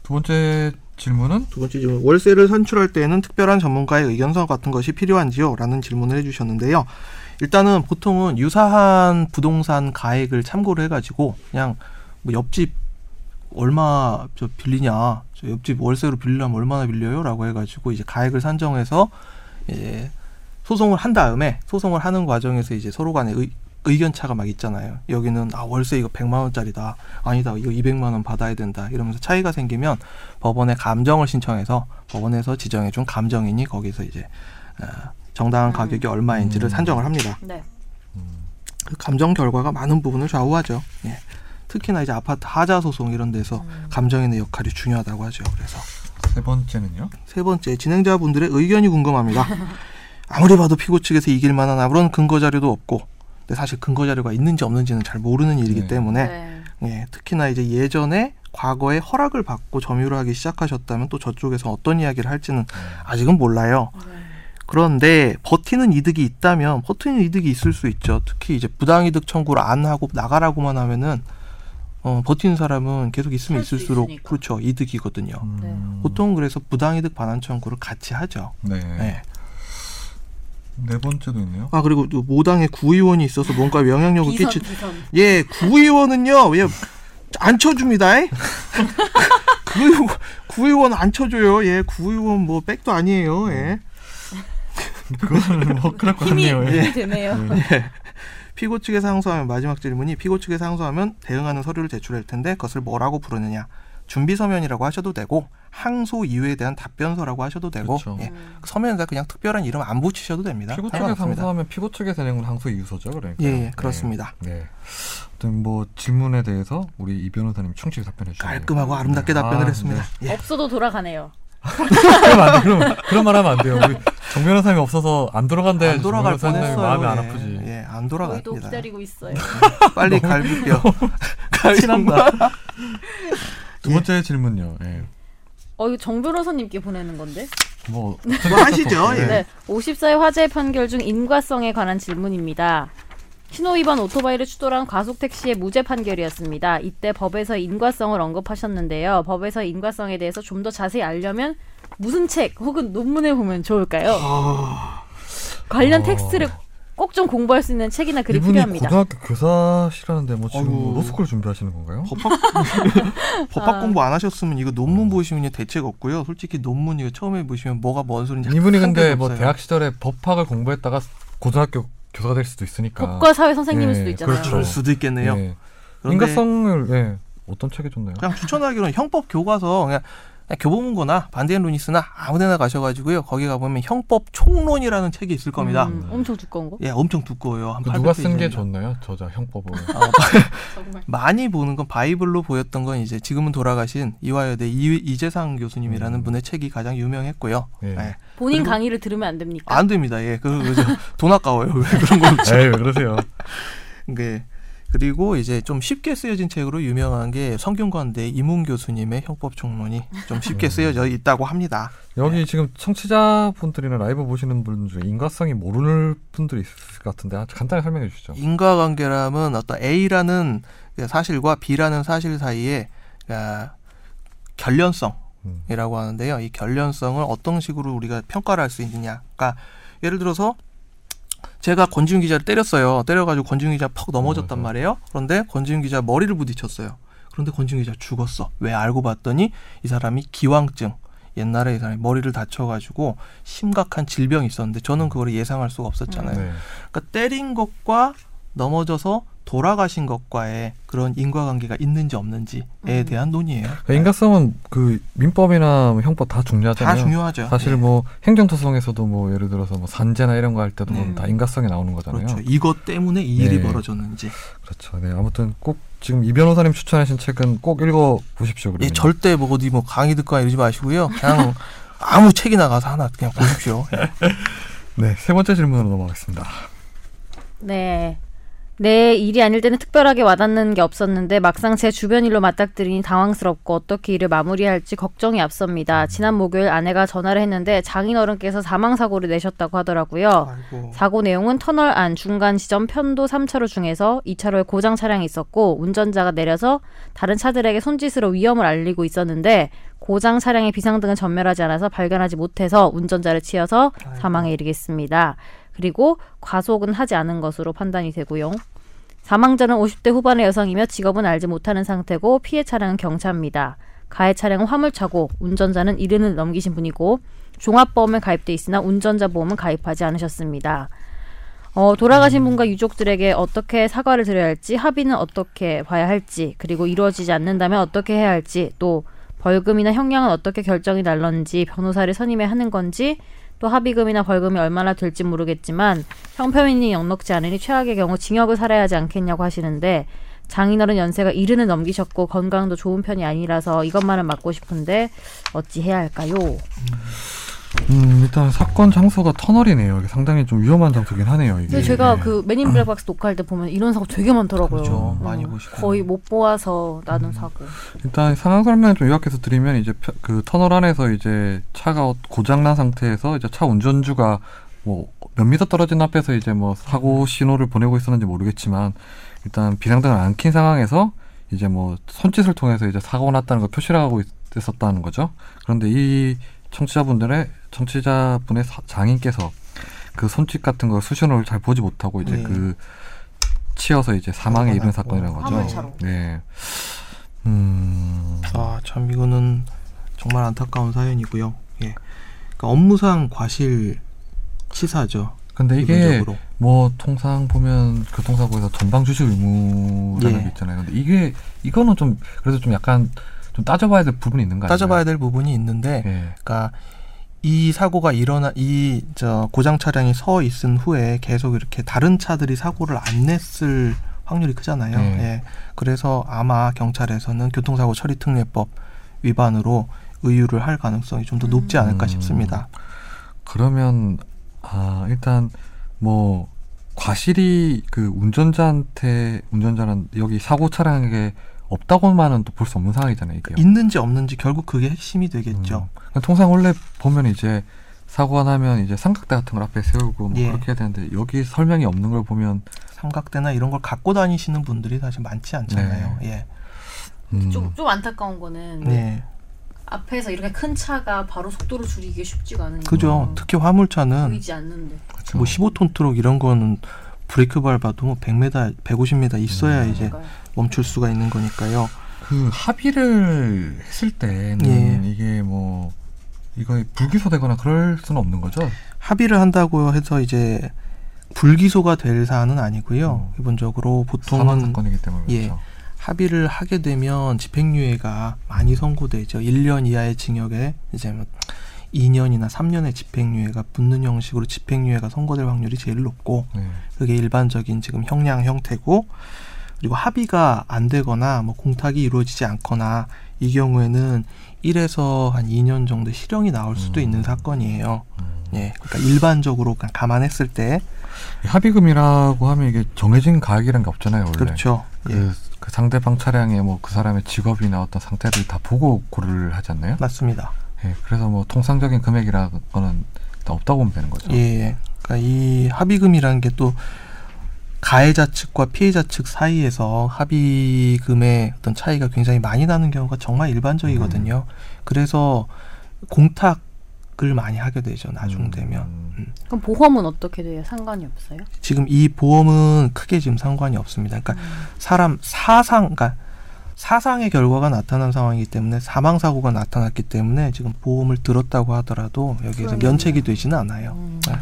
Speaker 1: 두 번째 질문은
Speaker 2: 두 번째 질문. 월세를 산출할 때에는 특별한 전문가의 의견서 같은 것이 필요한지요? 라는 질문을 해주셨는데요. 일단은 보통은 유사한 부동산 가액을 참고를 해가지고 그냥 뭐 옆집 얼마 저 빌리냐, 저 옆집 월세로 빌리려면 얼마나 빌려요?라고 해가지고 이제 가액을 산정해서 이제 소송을 한 다음에 소송을 하는 과정에서 이제 서로 간에 의, 의견 차가 막 있잖아요. 여기는 아 월세 이거 100만 원짜리다. 아니다. 이거 200만 원 받아야 된다. 이러면서 차이가 생기면 법원에 감정을 신청해서 법원에서 지정해 준 감정인이 거기서 이제 어, 정당한
Speaker 3: 음.
Speaker 2: 가격이 얼마인지를
Speaker 1: 음.
Speaker 2: 산정을 합니다.
Speaker 3: 네.
Speaker 2: 그 감정 결과가 많은 부분을 좌우하죠. 예. 특히나 이제 아파트 하자 소송 이런 데서 감정인의 역할이 중요하다고 하죠. 그래서
Speaker 1: 세 번째는요.
Speaker 2: 세 번째 진행자분들의 의견이 궁금합니다. 아무리 봐도 피고 측에서 이길 만한 아무런 근거 자료도 없고, 근데 사실 근거 자료가 있는지 없는지는 잘 모르는 일이기
Speaker 1: 네.
Speaker 2: 때문에
Speaker 3: 네.
Speaker 2: 예, 특히나 이제 예전에 과거에 허락을 받고 점유를 하기 시작하셨다면 또 저쪽에서 어떤 이야기를 할지는
Speaker 1: 음.
Speaker 2: 아직은 몰라요.
Speaker 3: 네.
Speaker 2: 그런데 버티는 이득이 있다면 버티는 이득이 있을 수 있죠. 특히 이제 부당이득 청구를 안 하고 나가라고만 하면은 어, 버티는 사람은 계속 있으면
Speaker 3: 할수
Speaker 2: 있을수록
Speaker 3: 있으니까.
Speaker 2: 그렇죠 이득이거든요.
Speaker 1: 음,
Speaker 3: 네.
Speaker 2: 보통 그래서 부당이득 반환 청구를 같이 하죠.
Speaker 1: 네. 네.
Speaker 2: 네.
Speaker 1: 번째도 있네요.
Speaker 2: 아 그리고 또 모당에 구의원이 있어서 뭔가 영향력을
Speaker 3: 비선
Speaker 2: 끼치.
Speaker 3: 비선.
Speaker 2: 예, 구의원은요, 예, 안 쳐줍니다. 에? [laughs] 그 구의원 안 쳐줘요. 예, 구의원 뭐 백도 아니에요. 예.
Speaker 1: 그거는 뭐 그럴 [laughs] 것
Speaker 3: 힘이
Speaker 1: 같네요. 예.
Speaker 3: 힘이 되네요.
Speaker 2: 피고 측에 상소하면 마지막 질문이 피고 측에 상소하면 대응하는 서류를 제출할 텐데 그것을 뭐라고 부르느냐? 준비 서면이라고 하셔도 되고 항소 이유에 대한 답변서라고 하셔도 되고
Speaker 1: 그렇죠.
Speaker 2: 예. 서면에다 그냥 특별한 이름 안 붙이셔도 됩니다.
Speaker 1: 피고 측에
Speaker 2: 상관없습니다.
Speaker 1: 항소하면 피고 측에 되는 건 항소 이유서죠, 그러니까.
Speaker 2: 예, 예, 그렇습니다.
Speaker 1: 네. 아무튼 뭐 질문에 대해서 우리 이 변호사님 충실히 답변해 주셨네요.
Speaker 2: 깔끔하고 아름답게 답변을
Speaker 1: 아,
Speaker 2: 했습니다. 예.
Speaker 3: 없어도 돌아가네요.
Speaker 1: [laughs] 그럼 안 돼. 그럼 그런 말 하면 안 돼요. 우리 정 변호사님이 없어서 안 돌아간다.
Speaker 2: 안 돌아갈
Speaker 1: 네. 정 변호사님
Speaker 2: 뻔했어요.
Speaker 1: 마음이 안
Speaker 2: 예.
Speaker 1: 아프지.
Speaker 2: [laughs] 예, 안
Speaker 3: 저희도
Speaker 2: 돌아갑니다.
Speaker 3: 기다리고 있어요.
Speaker 2: 빨리 갈비뼈. 갈비뼈.
Speaker 1: [laughs] 친한다. 두 번째 질문요. 예.
Speaker 3: 어 이거 정 변호사님께 보내는 건데.
Speaker 1: 뭐
Speaker 2: 뭐 하시죠? 예.
Speaker 3: 네. 54회 화재 판결 중 인과성에 관한 질문입니다. 신호 위반 오토바이를 추돌한 과속 택시의 무죄 판결이었습니다. 이때 법에서 인과성을 언급하셨는데요. 법에서 인과성에 대해서 좀 더 자세히 알려면 무슨 책 혹은 논문에 보면 좋을까요? 관련
Speaker 1: 어.
Speaker 3: 텍스트를 꼭 좀 공부할 수 있는 책이나 글이
Speaker 1: 이분이
Speaker 3: 필요합니다.
Speaker 1: 고등학교 교사시라는데 뭐 지금
Speaker 2: 아이고.
Speaker 1: 로스쿨 준비하시는 건가요?
Speaker 2: 법학 [laughs] 법학 공부 안 하셨으면 이거 논문 보시면 대책 없고요. 솔직히 논문 이거 처음에 보시면 뭐가 뭔 소린지
Speaker 1: 이분이
Speaker 2: 한
Speaker 1: 근데
Speaker 2: 개도
Speaker 1: 뭐
Speaker 2: 없어요.
Speaker 1: 대학 시절에 법학을 공부했다가 고등학교 교사가 될 수도 있으니까.
Speaker 3: 법과 사회 선생님일
Speaker 1: 예,
Speaker 3: 수도 있잖아요.
Speaker 1: 그렇죠.
Speaker 2: 그럴 수도 있겠네요.
Speaker 1: 예.
Speaker 2: 그런데
Speaker 1: 인과성을 예. 어떤 책이 좋나요?
Speaker 2: 그냥 추천하기로는 형법 교과서 그냥, 그냥 교보문고나 반대인 루니스나 아무데나 가셔가지고요. 거기 가보면 형법 총론이라는 책이 있을 겁니다.
Speaker 3: 음, 엄청 두꺼운 거?
Speaker 2: 예, 엄청 두꺼워요. 한
Speaker 1: 그 누가 쓴
Speaker 2: 800
Speaker 1: 게
Speaker 2: 페이지입니다.
Speaker 1: 좋나요? 저자
Speaker 2: [laughs]
Speaker 1: 형법을.
Speaker 3: 정말.
Speaker 2: 많이 보는 건 바이블로 보였던 건 이제 지금은 돌아가신 이화여대 이, 이재상 교수님이라는
Speaker 1: 음.
Speaker 2: 분의 책이 가장 유명했고요.
Speaker 1: 예.
Speaker 2: 예.
Speaker 3: 본인
Speaker 2: 그리고-
Speaker 3: 강의를 들으면 안 됩니까?
Speaker 2: 안 됩니다. 예, 그, 그, 저, 돈 아까워요. [laughs] 왜 그런 걸
Speaker 1: 에이 예, 왜 그러세요?
Speaker 2: 네. 그리고 이제 좀 쉽게 쓰여진 책으로 유명한 게 성균관대 이문 교수님의 형법 총론이 좀 쉽게
Speaker 1: 음.
Speaker 2: 쓰여져 있다고 합니다.
Speaker 1: 여기 지금 청취자분들이나 라이브 보시는 분 중에 인과성이 모르는 분들이 있을 것 같은데 아주 간단히 설명해 주시죠.
Speaker 2: 네. 인과관계라면 어떤 A라는 그 사실과 B라는 사실 사이에 아, 결련성
Speaker 1: 음.
Speaker 2: 이라고 하는데요. 이 결련성을 어떤 식으로 우리가 평가를 할 수 있느냐. 그러니까 예를 들어서 제가 권지훈 기자를 때렸어요. 때려가지고 권지훈 기자 퍽 넘어졌단
Speaker 1: 넘어져서.
Speaker 2: 말이에요. 그런데 권지훈 기자 머리를 부딪혔어요. 그런데 권지훈 기자 죽었어. 왜 알고 봤더니 이 사람이 기왕증. 옛날에 이 사람이 머리를 다쳐가지고 심각한 질병이 있었는데 저는 그걸 예상할 수가 없었잖아요.
Speaker 1: 네.
Speaker 2: 그러니까 때린 것과 넘어져서 돌아가신 것과의 그런 인과관계가 있는지 없는지에
Speaker 3: 음.
Speaker 2: 대한 논의예요.
Speaker 1: 그러니까 인과성은 그 민법이나 뭐 형법 다 중요하잖아요.
Speaker 2: 네. 다 중요하죠.
Speaker 1: 사실
Speaker 2: 예.
Speaker 1: 뭐 행정소송에서도 뭐 예를 들어서 뭐 산재나 이런 거 할 때도
Speaker 2: 네.
Speaker 1: 보면 다 인과성이 나오는 거잖아요.
Speaker 2: 그렇죠. 이것 때문에 이 일이
Speaker 1: 네.
Speaker 2: 벌어졌는지.
Speaker 1: 그렇죠. 네. 아무튼 꼭 지금 이 변호사님 추천하신 책은 꼭 읽어 보십시오.
Speaker 2: 예,
Speaker 1: 그러면.
Speaker 2: 절대 뭐 어디 뭐 강의 듣거나 이러지 마시고요. 그냥 아무 책이나 가서 하나 그냥 보십시오. 예.
Speaker 1: 네. 세 번째 질문으로 넘어가겠습니다.
Speaker 3: 네. 내 일이 아닐 때는 특별하게 와닿는 게 없었는데 막상 제 주변 일로 맞닥뜨리니 당황스럽고 어떻게 일을 마무리할지 걱정이 앞섭니다. 지난 목요일 아내가 전화를 했는데 장인어른께서 사망 사고를 내셨다고 하더라고요.
Speaker 2: 아이고.
Speaker 3: 사고 내용은 터널 안 중간 지점 편도 3차로 중에서 2차로에 고장 차량이 있었고 운전자가 내려서 다른 차들에게 손짓으로 위험을 알리고 있었는데 고장 차량의 비상등을 전멸하지 않아서 발견하지 못해서 운전자를 치여서 사망에 이르겠습니다. 그리고 과속은 하지 않은 것으로 판단이 되고요. 사망자는 50대 후반의 여성이며 직업은 알지 못하는 상태고 피해 차량은 경차입니다. 가해 차량은 화물차고 운전자는 이른을 넘기신 분이고 종합보험에 가입돼 있으나 운전자 보험은 가입하지 않으셨습니다. 어, 돌아가신 분과 유족들에게 어떻게 사과를 드려야 할지 합의는 어떻게 봐야 할지 그리고 이루어지지 않는다면 어떻게 해야 할지 또 벌금이나 형량은 어떻게 결정이 날런지 변호사를 선임해 하는 건지 또 합의금이나 벌금이 얼마나 될지 모르겠지만 형편이 넉넉지 않으니 최악의 경우 징역을 살아야 하지 않겠냐고 하시는데 장인어른 연세가 이른을 넘기셨고 건강도 좋은 편이 아니라서 이것만은 막고 싶은데 어찌 해야 할까요?
Speaker 1: 음, 일단 사건 장소가 터널이네요. 이게 상당히 좀 위험한 장소긴 하네요. 이게.
Speaker 3: 근데 제가
Speaker 1: 네.
Speaker 3: 그 맨인 블랙박스 녹화할 때 보면 이런 사고 되게 많더라고요.
Speaker 2: 그렇죠.
Speaker 3: 음,
Speaker 2: 많이 보시고.
Speaker 3: 거의 못 보아서
Speaker 1: 음.
Speaker 3: 나는 사고.
Speaker 1: 일단 상황 설명을 좀 요약해서 드리면 이제 펴- 그 터널 안에서 이제 차가 어, 고장난 상태에서 이제 차 운전주가 뭐 몇 미터 떨어진 앞에서 이제 뭐 사고 신호를 보내고 있었는지 모르겠지만 일단 비상등을 안 킨 상황에서 이제 뭐 손짓을 통해서 이제 사고가 났다는 걸 표시를 하고 있었다는 거죠. 그런데 이 청취자분들의 청취자분의 사- 장인께서 그 손짓 같은 걸 수신호를 잘 보지 못하고 이제
Speaker 2: 네.
Speaker 1: 그 치여서 이제 사망에 이른
Speaker 2: 사고가
Speaker 1: 사건이라는 거죠.
Speaker 3: 어, 화물차로.
Speaker 1: 네. 음.
Speaker 2: 아, 참 이거는 정말 안타까운 사연이고요. 예. 그러니까 업무상 과실 치사죠.
Speaker 1: 근데 이게
Speaker 2: 기본적으로.
Speaker 1: 뭐 통상 보면 교통사고에서 전방 주시 의무라는
Speaker 2: 예.
Speaker 1: 게 있잖아요. 근데 이게 이거는 좀 그래도 좀 약간 좀 따져봐야 될 부분이 있는 거 아니에요?
Speaker 2: 따져봐야 될 부분이 있는데
Speaker 1: 예.
Speaker 2: 그러니까 이 사고가 일어나 이 저 고장 차량이 서 있은 후에 계속 이렇게 다른 차들이 사고를 안 냈을 확률이 크잖아요.
Speaker 1: 네.
Speaker 2: 예. 그래서 아마 경찰에서는 교통사고 처리 특례법 위반으로 의유를 할 가능성이 좀 더 높지 않을까
Speaker 1: 음.
Speaker 2: 싶습니다.
Speaker 1: 그러면 아 일단 뭐 과실이 그 운전자한테 운전자는 여기 사고 차량에게 없다고만은 또 볼 수 없는 상황이잖아요. 이게
Speaker 2: 있는지 없는지 결국 그게 핵심이 되겠죠.
Speaker 1: 그러니까 통상 원래 보면 이제 사고가 나면 이제 삼각대 같은 걸 앞에 세우고 뭐
Speaker 2: 예.
Speaker 1: 그렇게 해야 되는데 여기 설명이 없는 걸 보면
Speaker 2: 삼각대나 이런 걸 갖고 다니시는 분들이 사실 많지 않잖아요.
Speaker 1: 네. 음,
Speaker 4: 좀, 좀 안타까운 거는
Speaker 1: 네.
Speaker 2: 예. 예.
Speaker 4: 앞에서 이렇게 큰 차가 바로 속도를 줄이기 쉽지가 않은
Speaker 1: 음.
Speaker 2: 그죠.
Speaker 4: 거예요.
Speaker 2: 특히 화물차는
Speaker 4: 보이지 않는데.
Speaker 1: 그렇죠.
Speaker 2: 뭐 15톤 트럭 이런 거는 브레이크 밟아도 뭐 100m, 150m 있어야
Speaker 1: 음.
Speaker 2: 이제
Speaker 4: 그러니까요.
Speaker 2: 멈출 수가 있는 거니까요.
Speaker 1: 그 합의를 했을 때는
Speaker 2: 예.
Speaker 1: 이게 뭐 이거 불기소되거나 그럴 수는 없는 거죠.
Speaker 2: 합의를 한다고 해서 이제 불기소가 될 사안은 아니고요.
Speaker 1: 음.
Speaker 2: 기본적으로
Speaker 1: 사망
Speaker 2: 보통은
Speaker 1: 사건이기 때문에
Speaker 2: 예.
Speaker 1: 그렇죠.
Speaker 2: 합의를 하게 되면 집행유예가 많이 선고되죠. 1년 이하의 징역에 이제 뭐 2년이나 3년의 집행유예가 붙는 형식으로 집행유예가 선고될 확률이 제일 높고
Speaker 1: 네.
Speaker 2: 그게 일반적인 지금 형량 형태고 그리고 합의가 안 되거나 뭐 공탁이 이루어지지 않거나 이 경우에는 1에서 한 2년 정도 실형이 나올 수도
Speaker 1: 음.
Speaker 2: 있는 사건이에요.
Speaker 1: 음.
Speaker 2: 예. 그러니까 일반적으로 그냥 감안했을 때
Speaker 1: 합의금이라고 하면 이게 정해진 가액이란 게 없잖아요. 원래.
Speaker 2: 그렇죠.
Speaker 1: 그,
Speaker 2: 예.
Speaker 1: 그 상대방 차량의 뭐 그 사람의 직업이나 어떤 상태를 다 보고 고를 하지 않나요?
Speaker 2: 맞습니다.
Speaker 1: 예, 그래서 뭐 통상적인 금액이라는 거는 일단 없다고 보면 되는 거죠.
Speaker 2: 예, 예. 그러니까 이 합의금이라는 게 또 가해자 측과 피해자 측 사이에서 합의금의 어떤 차이가 굉장히 많이 나는 경우가 정말 일반적이거든요. 그래서 공탁을 많이 하게 되죠. 나중 되면.
Speaker 1: 음.
Speaker 3: 그럼 보험은 어떻게 돼요? 상관이 없어요?
Speaker 2: 지금 이 보험은 크게 지금 상관이 없습니다. 그러니까 사람 사상, 그러니까 사상의 결과가 나타난 상황이기 때문에 사망 사고가 나타났기 때문에 지금 보험을 들었다고 하더라도 여기에서
Speaker 4: 그러면은-
Speaker 2: 면책이 되지는 않아요.
Speaker 3: 음.
Speaker 2: 네.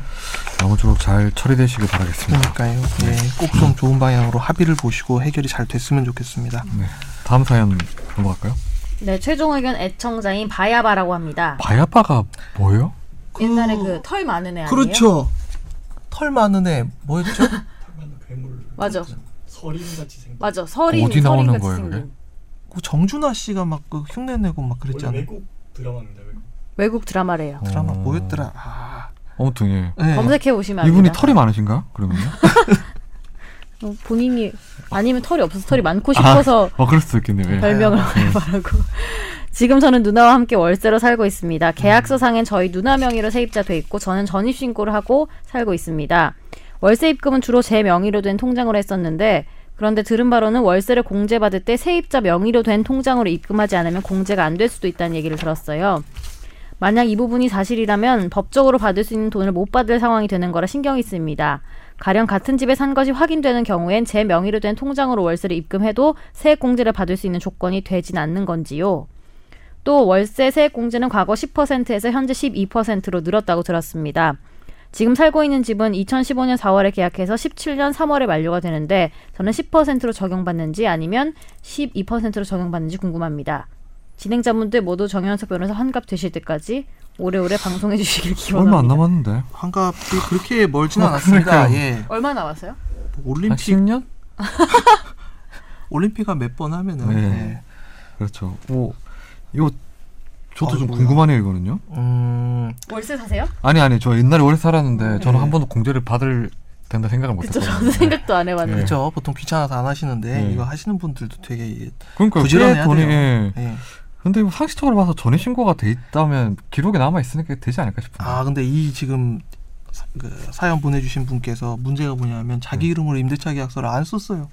Speaker 1: 아무쪼록 잘 처리되시길 바라겠습니다.
Speaker 2: 그러니까요. 예, 꼭 좀 좋은 방향으로 합의를 보시고 해결이 잘 됐으면 좋겠습니다.
Speaker 1: 네. 다음 사연 넘어갈까요?
Speaker 3: 네, 최종 의견 애청자인 바야바라고 합니다.
Speaker 1: 바야바가 뭐예요?
Speaker 3: 옛날에 그 털 많은 애 아니에요?
Speaker 1: 그렇죠.
Speaker 2: 그렇죠. 털 많은 애
Speaker 3: [laughs]
Speaker 2: 뭐였죠?
Speaker 5: 많은 괴물
Speaker 3: 맞아.
Speaker 5: 서림같이 생긴
Speaker 3: 맞아. 서린
Speaker 1: 어디 나오는
Speaker 3: 서린 같이
Speaker 1: 거예요,
Speaker 3: 생긴.
Speaker 1: 그게?
Speaker 2: 그 정준하 씨가 막그 흉내 내고 막
Speaker 5: 원래
Speaker 2: 그랬잖아요.
Speaker 5: 외국 드라마입니다 외국
Speaker 3: 외국 드라마래요.
Speaker 2: 드라마
Speaker 1: 어.
Speaker 2: 뭐였더라? 아,
Speaker 1: 아무튼 예.
Speaker 2: 예.
Speaker 3: 네. 검색해 보시면
Speaker 1: 이분이
Speaker 3: 압니다.
Speaker 1: 털이 많으신가? 그러면요?
Speaker 3: 어, 본인이 아니면 털이 없어서 털이 많고 싶어서
Speaker 1: 음. 아, 어, 그럴 수도 있겠네요. 예.
Speaker 3: 별명을 말하고 지금 저는 누나와 함께 월세로 살고 있습니다. 계약서상엔 저희 누나 명의로 세입자돼 있고 저는 전입신고를 하고 살고 있습니다. 월세 입금은 주로 제 명의로 된 통장으로 했었는데 그런데 들은 바로는 월세를 공제받을 때 세입자 명의로 된 통장으로 입금하지 않으면 공제가 안 될 수도 있다는 얘기를 들었어요. 만약 이 부분이 사실이라면 법적으로 받을 수 있는 돈을 못 받을 상황이 되는 거라 신경이 씁니다. 가령 같은 집에 산 것이 확인되는 경우엔 제 명의로 된 통장으로 월세를 입금해도 세액공제를 받을 수 있는 조건이 되진 않는 건지요. 또 월세 세액공제는 과거 10%에서 현재 12%로 늘었다고 들었습니다. 지금 살고 있는 집은 2015년 4월에 계약해서 17년 3월에 만료가 되는데 저는 10%로 적용받는지 아니면 12%로 적용받는지 궁금합니다. 진행자분들 모두 정현석 변호사 환갑 되실 때까지 오래오래 방송해 주시길
Speaker 1: 얼마
Speaker 3: 기원합니다.
Speaker 1: 안 남았는데.
Speaker 2: 환갑이 어, 그렇게 멀진
Speaker 1: 아,
Speaker 2: 않았습니다.
Speaker 1: 그러니까요.
Speaker 2: 예.
Speaker 4: 얼마 남았어요?
Speaker 1: 한
Speaker 2: 올림픽
Speaker 1: 10년?
Speaker 2: 올림픽 한 몇 번 하면은
Speaker 1: 네. 그렇죠. 오. 이거 저도 좀
Speaker 2: 아이고야.
Speaker 1: 궁금하네요, 이거는요.
Speaker 2: 예. 음,
Speaker 4: 월세 사세요?
Speaker 1: 아니 아니 저 옛날에 오래 살았는데 저는
Speaker 2: 네.
Speaker 1: 한 번도 공제를 받을 된다 생각을
Speaker 3: 그쵸,
Speaker 1: 못했거든요.
Speaker 3: 저도 생각도 안 해봤는데.
Speaker 1: 예.
Speaker 2: 그렇죠. 보통 귀찮아서 안 하시는데
Speaker 1: 네.
Speaker 2: 이거 하시는 분들도 되게 예.
Speaker 1: 그러니까
Speaker 2: 부지런해야
Speaker 1: 꽤 돈이
Speaker 2: 돼요.
Speaker 1: 예.
Speaker 2: 예.
Speaker 1: 근데 이거 상식적으로 봐서 전입 신고가 돼 있다면 기록에 남아 있으니까 되지 않을까 싶은데.
Speaker 2: 아 근데 이 지금 사- 그 사연 보내주신 분께서 문제가 뭐냐면 자기 이름으로 임대차 계약서를 안 썼어요.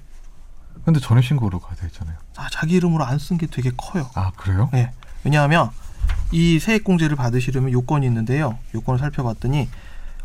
Speaker 1: 근데 전입 신고로 가야 되잖아요.
Speaker 2: 아, 자기 이름으로 안 쓴 게 되게 커요.
Speaker 1: 아 그래요?
Speaker 2: 예. 왜냐하면 이 세액공제를 받으시려면 요건이 있는데요. 요건을 살펴봤더니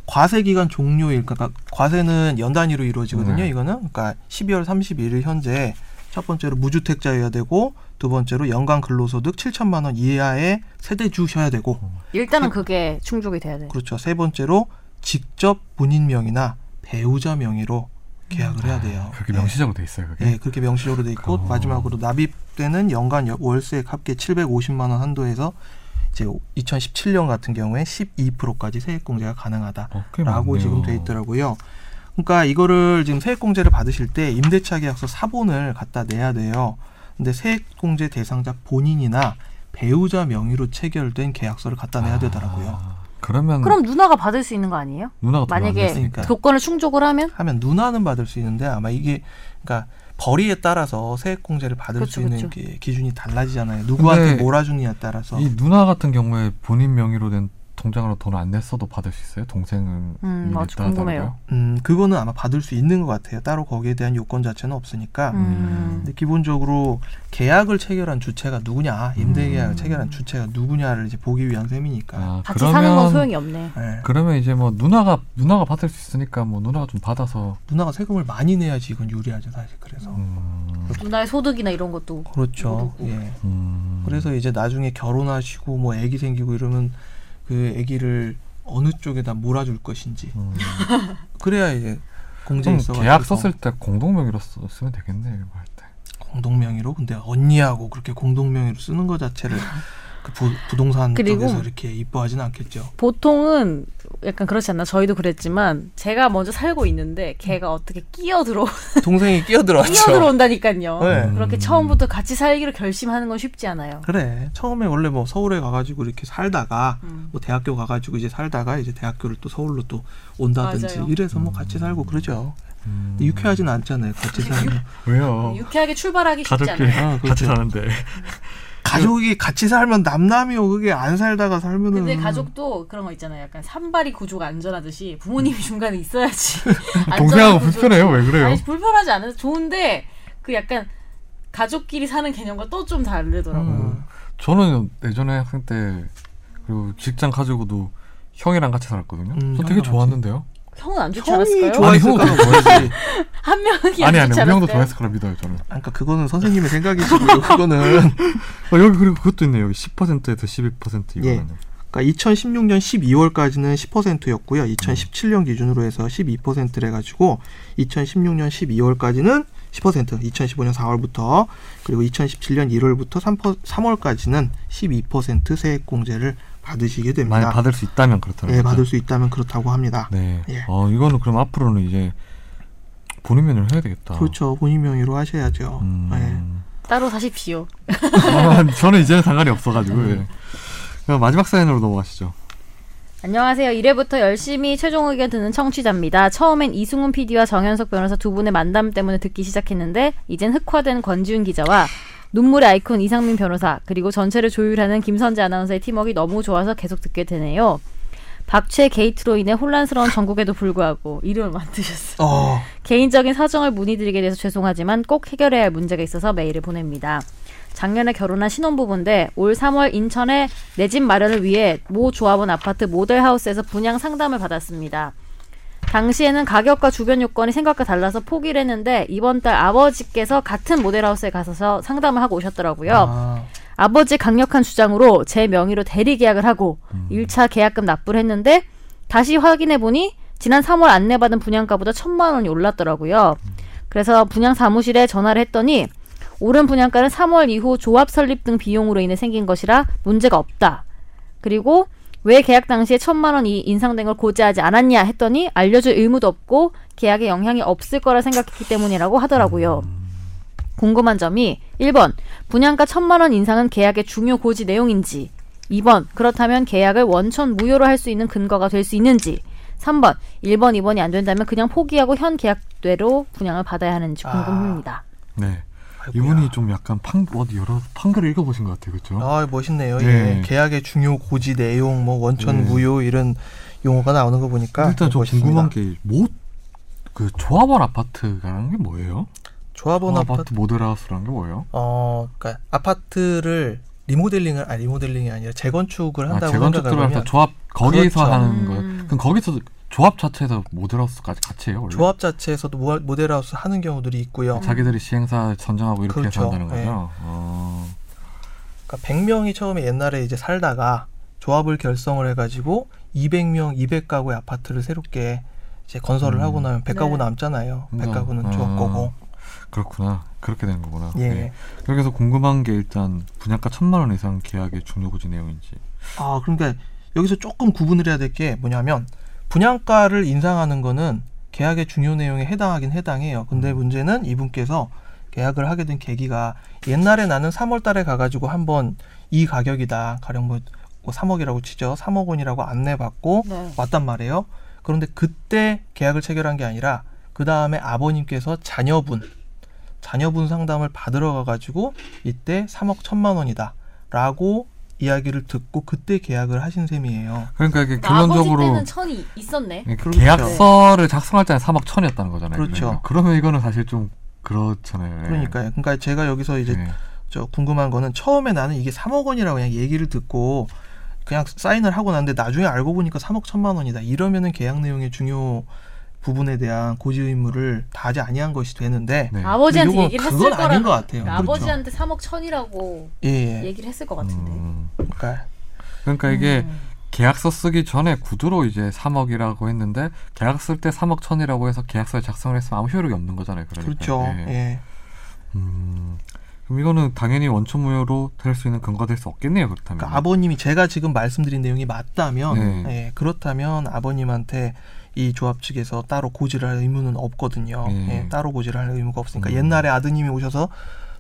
Speaker 2: 과세 기간 종료일 그러니까 과세는 연 단위로 이루어지거든요.
Speaker 1: 네.
Speaker 2: 이거는 그러니까 12월 31일 현재 첫 번째로 무주택자여야 되고 두 번째로 연간 근로소득 7천만 원 이하의 세대주셔야 되고
Speaker 1: 네.
Speaker 3: 일단은 그게 충족이 돼야 돼.
Speaker 2: 그렇죠. 세 번째로 직접 본인 명의나 배우자 명의로 계약을 해야 돼요.
Speaker 1: 아, 그렇게
Speaker 2: 예.
Speaker 1: 명시적으로 돼 있어요. 그게
Speaker 2: 예, 그렇게 명시적으로 돼 있고
Speaker 1: 어.
Speaker 2: 마지막으로 납입되는 연간 여- 월세액 합계 750만 원 한도에서 이제 2017년 같은 경우에 12%까지 세액공제가 가능하다라고
Speaker 1: 어, 꽤 많네요.
Speaker 2: 지금 돼 있더라고요. 그러니까 이거를 지금 세액공제를 받으실 때 임대차 계약서 사본을 갖다 내야 돼요. 근데 세액공제 대상자 본인이나 배우자 명의로 체결된 계약서를 갖다 내야 되더라고요.
Speaker 1: 아, 그러면
Speaker 3: 그럼 누나가 받을 수 있는 거 아니에요?
Speaker 1: 누나가 더
Speaker 3: 만약에
Speaker 1: 많이 했으니까.
Speaker 3: 조건을 충족을 하면
Speaker 2: 하면 누나는 받을 수 있는데 아마 이게 그러니까 벌이에 따라서 세액공제를 받을
Speaker 3: 그쵸,
Speaker 2: 수 있는
Speaker 3: 그쵸.
Speaker 2: 게 기준이 달라지잖아요. 누구한테
Speaker 1: 근데
Speaker 2: 몰아주느냐에 따라서
Speaker 1: 네. 이 누나 같은 경우에 본인 명의로 된 통장으로 돈 안 냈어도 받을 수 있어요? 동생은
Speaker 3: 음,
Speaker 1: 이미
Speaker 3: 아주
Speaker 1: 냈다
Speaker 3: 궁금해요.
Speaker 1: 하더라고요.
Speaker 2: 음 그거는 아마 받을 수 있는 것 같아요. 따로 거기에 대한 요건 자체는 없으니까.
Speaker 1: 음.
Speaker 3: 음.
Speaker 2: 근데 기본적으로 계약을 체결한 주체가 누구냐, 임대 계약을
Speaker 3: 음.
Speaker 2: 체결한 주체가 누구냐를 이제 보기 위한 셈이니까.
Speaker 1: 아,
Speaker 3: 같이 사는 건
Speaker 1: 그러면-
Speaker 3: 소용이 없네.
Speaker 2: 예.
Speaker 1: 그러면 이제 뭐 누나가 누나가 받을 수 있으니까 뭐 누나가 좀 받아서
Speaker 2: 누나가 세금을 많이 내야지 이건 유리하죠 사실 그래서.
Speaker 1: 음,
Speaker 3: 누나의 소득이나 이런 것도
Speaker 2: 그렇죠. 예.
Speaker 1: 음.
Speaker 2: 그래서 이제 나중에 결혼하시고 뭐 아기 생기고 이러면 그 아기를 어느 쪽에다 몰아줄 것인지
Speaker 1: 음.
Speaker 2: [laughs] 그래야 이제 공제
Speaker 1: 그럼
Speaker 2: 있어
Speaker 1: 계약 썼을 때 공동 명의로 써- 쓰면 되겠네 이거 할 때.
Speaker 2: 공동 명의로 근데 언니하고 그렇게 공동 명의로 쓰는 것 자체를 그 부, 부동산
Speaker 3: 그리고-
Speaker 2: 쪽에서 이렇게 이뻐하진 않겠죠.
Speaker 3: 보통은 약간 그렇지 않나? 저희도 그랬지만 제가 먼저 살고 있는데 걔가 어떻게 끼어들어
Speaker 2: 동생이 끼어들어왔죠.
Speaker 3: 끼어들어온다니까요.
Speaker 2: 네.
Speaker 3: 그렇게
Speaker 1: 음.
Speaker 3: 처음부터 같이 살기로 결심하는 건 쉽지 않아요.
Speaker 2: 그래 처음에 원래 뭐 서울에 가가지고 이렇게 살다가
Speaker 3: 음.
Speaker 2: 뭐 대학교 가가지고 이제 살다가 이제 대학교를 또 서울로 또 온다든지
Speaker 3: 맞아요.
Speaker 2: 이래서 뭐 같이 살고 그러죠.
Speaker 1: 음.
Speaker 2: 유쾌하진 않잖아요.
Speaker 3: [laughs]
Speaker 2: 같이 살면
Speaker 1: 왜요?
Speaker 3: 유쾌하게 출발하기 쉽지 않아요.
Speaker 1: 예,
Speaker 2: 않아요. 아, 그렇죠.
Speaker 1: 사는데.
Speaker 2: 가족이 같이 살면 남남이요 그게 안 살다가 살면은
Speaker 3: 근데 가족도 그런 거 있잖아요. 약간 산발이 구조가 안전하듯이 부모님이 중간에 있어야지. 안전한
Speaker 1: 동생하고
Speaker 3: 구조.
Speaker 1: 불편해요. 왜 그래요?
Speaker 3: 아니 불편하지 않아서 좋은데 그 약간 가족끼리 사는 개념과 또 좀 다르더라고요.
Speaker 1: 음. 저는 예전에 학생 때 그리고 직장 가지고도 형이랑 같이 살았거든요.
Speaker 2: 음,
Speaker 1: 저 되게
Speaker 2: 형이랑 같이.
Speaker 1: 좋아했는데요.
Speaker 3: 형은 안 좋지
Speaker 2: 형이
Speaker 3: 않았을까요?
Speaker 1: 좋아했-
Speaker 2: 좋아했을까가 뭐지?
Speaker 3: 한 명이
Speaker 1: 아니
Speaker 3: 안
Speaker 1: 아니
Speaker 3: 좋지
Speaker 1: 우리 형도
Speaker 3: 않았을까요?
Speaker 1: 좋아했을 거라 믿어요 저는.
Speaker 2: [laughs] 그러니까 그거는 선생님의 생각이시고요. 그거는
Speaker 1: 어, 여기 그리고 그것도 있네요. 여기 10%에서 12% 이거는.
Speaker 2: 그러니까 2016년 12월까지는 10%였고요. 2017년 기준으로 해서 12%를 해가지고 2016년 12월까지는 10%, 2015년 4월부터 그리고 2017년 1월부터 3월까지는 12% 세액공제를 받으시게 됩니다.
Speaker 1: 만약 받을 수 있다면 그렇다는
Speaker 2: 아. 예,
Speaker 1: 거죠.
Speaker 2: 받을 수 있다면 그렇다고 합니다.
Speaker 1: 네.
Speaker 2: 예.
Speaker 1: 어 이거는 그럼 앞으로는 이제 본인 면을 해야 되겠다.
Speaker 2: 그렇죠. 본인 명의로 하셔야죠.
Speaker 1: 아. 음.
Speaker 2: 예.
Speaker 3: 따로 사십시오.
Speaker 1: 아, 저는 이제는 상관이 없어가지고.
Speaker 2: 음.
Speaker 1: 예. 그럼 마지막 사연으로 넘어가시죠.
Speaker 3: 안녕하세요. 이래부터 열심히 최종 의견 듣는 청취자입니다. 처음엔 이승훈 PD와 정현석 변호사 두 분의 만남 때문에 듣기 시작했는데 이젠 흑화된 권지훈 기자와 눈물의 아이콘 이상민 변호사 그리고 전체를 조율하는 김선재 아나운서의 팀워크가 너무 좋아서 계속 듣게 되네요. 박채 게이트로 인해 혼란스러운 전국에도 불구하고 이름을 만드셨어요.
Speaker 2: 어,
Speaker 3: 개인적인 사정을 문의드리게 돼서 죄송하지만 꼭 해결해야 할 문제가 있어서 메일을 보냅니다. 작년에 결혼한 신혼부부인데 올 3월 인천에 내 집 마련을 위해 모 조합원 아파트 모델하우스에서 분양 상담을 받았습니다. 당시에는 가격과 주변 요건이 생각과 달라서 포기를 했는데 이번 달 아버지께서 같은 모델하우스에 가서 상담을 하고 오셨더라고요.
Speaker 2: 아,
Speaker 3: 아버지 강력한 주장으로 제 명의로 대리 계약을 하고 일 1차 계약금 납부를 했는데 다시 확인해 보니 지난 3월 안내받은 분양가보다 천만 원이 올랐더라고요. 그래서 분양 사무실에 전화를 했더니 오른 분양가는 3월 이후 조합 설립 등 비용으로 인해 생긴 것이라 문제가 없다. 그리고 왜 계약 당시에 천만 원이 인상된 걸 고지하지 않았냐 했더니 알려줄 의무도 없고 계약에 영향이 없을 거라 생각했기 때문이라고 하더라고요. 궁금한 점이 1번 분양가 1천만 원 인상은 계약의 중요 고지 내용인지 2번 그렇다면 계약을 원천 무효로 할 수 있는 근거가 될 수 있는지 3번 1번 2번이 안 된다면 그냥 포기하고 현 계약대로 분양을 받아야 하는지
Speaker 2: 아.
Speaker 3: 궁금합니다.
Speaker 1: 네.
Speaker 2: 아이고야.
Speaker 1: 이분이 좀 약간 판 어디 여러 판글을 읽어보신 것 같아요, 그렇죠?
Speaker 2: 아 멋있네요.
Speaker 1: 네.
Speaker 2: 예. 계약의 중요 고지 내용, 뭐 원천
Speaker 1: 네.
Speaker 2: 무효 이런 용어가 나오는 거 보니까
Speaker 1: 일단 저
Speaker 2: 멋있습니다.
Speaker 1: 궁금한 게못그 조합원 아파트라는 게 뭐예요?
Speaker 2: 조합원
Speaker 1: 조합원
Speaker 2: 아파트,
Speaker 1: 아파트 모델하우스라는 게 뭐예요?
Speaker 2: 어, 그러니까 아파트를 리모델링을 아니 리모델링이 아니라 재건축을
Speaker 1: 아,
Speaker 2: 한다고
Speaker 1: 재건축 들어가서
Speaker 2: 생각하면
Speaker 1: 조합 거기서
Speaker 2: 그렇죠.
Speaker 1: 하는
Speaker 3: 음.
Speaker 1: 거예요. 그럼 거기서 조합 자체에서 모델하우스까지 같이 해요, 원래?
Speaker 2: 조합 자체에서도 모- 모델하우스 하는 경우들이 있고요.
Speaker 1: 자기들이 시행사 선정하고 이렇게
Speaker 2: 그렇죠.
Speaker 1: 해서 한다는 거죠.
Speaker 2: 네.
Speaker 1: 어.
Speaker 2: 그러니까 100명이 처음에 옛날에 이제 살다가 조합을 결성을 해가지고 200명, 200가구의 아파트를 새롭게 이제 건설을
Speaker 1: 음.
Speaker 2: 하고 나면 백가구
Speaker 3: 네.
Speaker 2: 남잖아요.
Speaker 1: 음.
Speaker 2: 백가구는 쭉
Speaker 1: 음.
Speaker 2: 거고.
Speaker 1: 그렇구나. 그렇게 되는 거구나.
Speaker 2: 예.
Speaker 1: 네. 여기서 궁금한 게 일단 분양가 천만 원 이상 계약의 종료고지 내용인지.
Speaker 2: 아, 그러니까 여기서 조금 구분을 해야 될 게 뭐냐면 분양가를 인상하는 거는 계약의 중요 내용에 해당하긴 해당해요. 근데 문제는 이분께서 계약을 하게 된 계기가 옛날에 나는 3월 달에 가가지고 한번 이 가격이다. 가령 뭐 3억이라고 치죠. 3억 원이라고 안내받고
Speaker 4: 네.
Speaker 2: 왔단 말이에요. 그런데 그때 계약을 체결한 게 아니라 그 다음에 아버님께서 자녀분 자녀분 상담을 받으러 가가지고 이때 3억 천만 원이다라고 이야기를 듣고 그때 계약을 하신 셈이에요.
Speaker 1: 그러니까 이게
Speaker 4: 그러니까 아버지
Speaker 1: 결론적으로
Speaker 4: 때는 천이 있었네.
Speaker 1: 그러니까
Speaker 2: 그렇죠.
Speaker 1: 계약서를 작성할 때는 3억 천이었다는 거잖아요.
Speaker 2: 그렇죠.
Speaker 1: 그러니까. 그러면 이거는 사실 좀 그렇잖아요. 예.
Speaker 2: 그러니까요. 그러니까 제가 여기서 이제
Speaker 1: 예.
Speaker 2: 저 궁금한 거는 처음에 나는 이게 3억 원이라고 그냥 얘기를 듣고 그냥 사인을 하고 났는데 나중에 알고 보니까 3억 천만 원이다. 이러면은 계약 내용의 중요 부분에 대한 고지 의무를 다하지 아니한 것이 되는데
Speaker 1: 네.
Speaker 3: 아버지한테
Speaker 2: 요거
Speaker 3: 얘기를 했을
Speaker 2: 그건 아닌 것
Speaker 3: 거라.
Speaker 2: 같아요. 그렇죠.
Speaker 4: 아버지한테 3억 천이라고
Speaker 2: 예, 예.
Speaker 4: 얘기를 했을 것 같은데.
Speaker 1: 음.
Speaker 2: 그러니까
Speaker 1: 그러니까 이게
Speaker 4: 음.
Speaker 1: 계약서 쓰기 전에 구두로 이제 3억이라고 했는데 계약 쓸 때 3억 천이라고 해서 계약서에 작성을 했으면 아무 효력이 없는 거잖아요. 그러니까.
Speaker 2: 그렇죠.
Speaker 1: 예.
Speaker 2: 예.
Speaker 1: 음. 그럼 이거는 당연히 원천무효로 될 수 있는 근거가 될 수 없겠네요. 그렇다면.
Speaker 2: 그러니까 아버님이 제가 지금 말씀드린 내용이 맞다면
Speaker 1: 네.
Speaker 2: 예, 그렇다면 아버님한테 이 조합 측에서 따로 고지를 할 의무는 없거든요.
Speaker 1: 네.
Speaker 2: 예, 따로 고지를 할 의무가 없으니까
Speaker 1: 음.
Speaker 2: 옛날에 아드님이 오셔서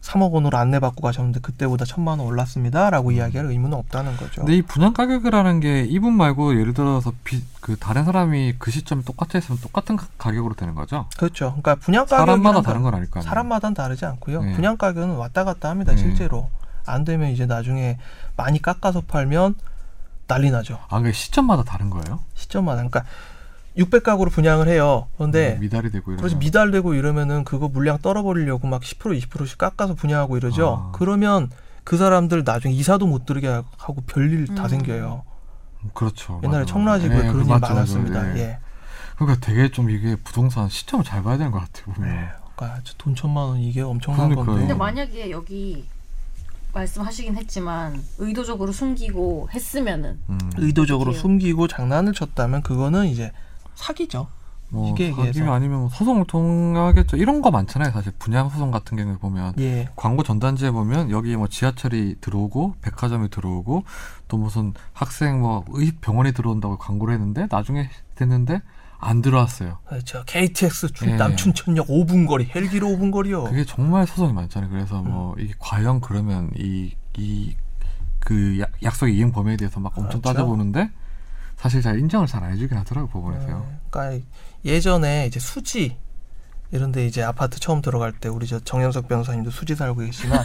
Speaker 2: 3억 원으로 안내받고 가셨는데 그때보다 천만 원
Speaker 1: 음.
Speaker 2: 올랐습니다라고 이야기할 의무는 없다는 거죠.
Speaker 1: 근데 이 분양 가격이라는 게 이분 말고 예를 들어서 비, 그 다른 사람이 그 시점에 똑같이 했으면 똑같은 가- 가격으로 되는 거죠?
Speaker 2: 그렇죠. 그러니까 분양 가격이
Speaker 1: 사람마다 다른 건 아닐 거 아니에요?
Speaker 2: 사람마다는 다르지 않고요.
Speaker 1: 음. 네.
Speaker 2: 분양 가격은 왔다 갔다 합니다.
Speaker 1: 네.
Speaker 2: 실제로 안 되면 이제 나중에 많이 깎아서 팔면 난리 나죠.
Speaker 1: 아, 그 시점마다 다른 거예요?
Speaker 2: 시점마다 그러니까 600가구로 분양을 해요. 그런데
Speaker 1: 음, 미달이 되고 이런.
Speaker 2: 네. 그렇지 미달되고 이러면은 그거 물량 떨어버리려고 막 10% 20%씩 깎아서 분양하고 이러죠.
Speaker 1: 아.
Speaker 2: 그러면 그 사람들 나중에 이사도 못 들게 하고 별일 다
Speaker 4: 음.
Speaker 2: 생겨요.
Speaker 1: 그렇죠.
Speaker 2: 옛날에
Speaker 1: 맞아,
Speaker 2: 청라지구에
Speaker 1: 맞아. 예,
Speaker 2: 그런 일
Speaker 1: 맞죠, 맞죠.
Speaker 2: 많았습니다.
Speaker 1: 예.
Speaker 2: 예.
Speaker 1: 그러니까 되게 좀 이게 부동산 시점을 잘 봐야 되는 것 같아요. 보면.
Speaker 2: 그러니까 저돈 천만 원 이게 엄청난
Speaker 1: 그러니까요.
Speaker 2: 건데.
Speaker 4: 근데
Speaker 1: 음.
Speaker 4: 만약에 여기 말씀하시긴 했지만 의도적으로 숨기고 했으면은
Speaker 1: 음,
Speaker 2: 의도적으로
Speaker 4: 어떡해요.
Speaker 2: 숨기고 장난을 쳤다면 그거는 이제 사기죠.
Speaker 1: 뭐
Speaker 2: 쉽게
Speaker 1: 사기
Speaker 2: 얘기해서.
Speaker 1: 아니면 뭐 소송을 통하겠죠. 이런 거 많잖아요. 사실 분양 소송 같은 경우에 보면
Speaker 2: 예.
Speaker 1: 광고 전단지에 보면 여기 뭐 지하철이 들어오고 백화점이 들어오고 또 무슨 학생 뭐 의- 병원이 들어온다고 광고를 했는데 나중에 됐는데 안 들어왔어요.
Speaker 2: 그렇죠. KTX 중
Speaker 1: 예.
Speaker 2: 남춘천역 5분 거리, 헬기로 5분 거리요.
Speaker 1: 그게 정말 소송이 많잖아요. 그래서 뭐
Speaker 2: 음.
Speaker 1: 이게 과연 그러면 이 이 그 약속의 이행 범위에 대해서 막 엄청
Speaker 2: 그렇죠.
Speaker 1: 따져보는데 사실 잘 인정을 잘 안 해주긴 하더라고요 법원에서요.
Speaker 2: 네, 그러니까 예전에 이제 수지 이런데 이제 아파트 처음 들어갈 때 우리 저 정현석 변호사님도 수지 살고
Speaker 1: [laughs]
Speaker 2: 계시지만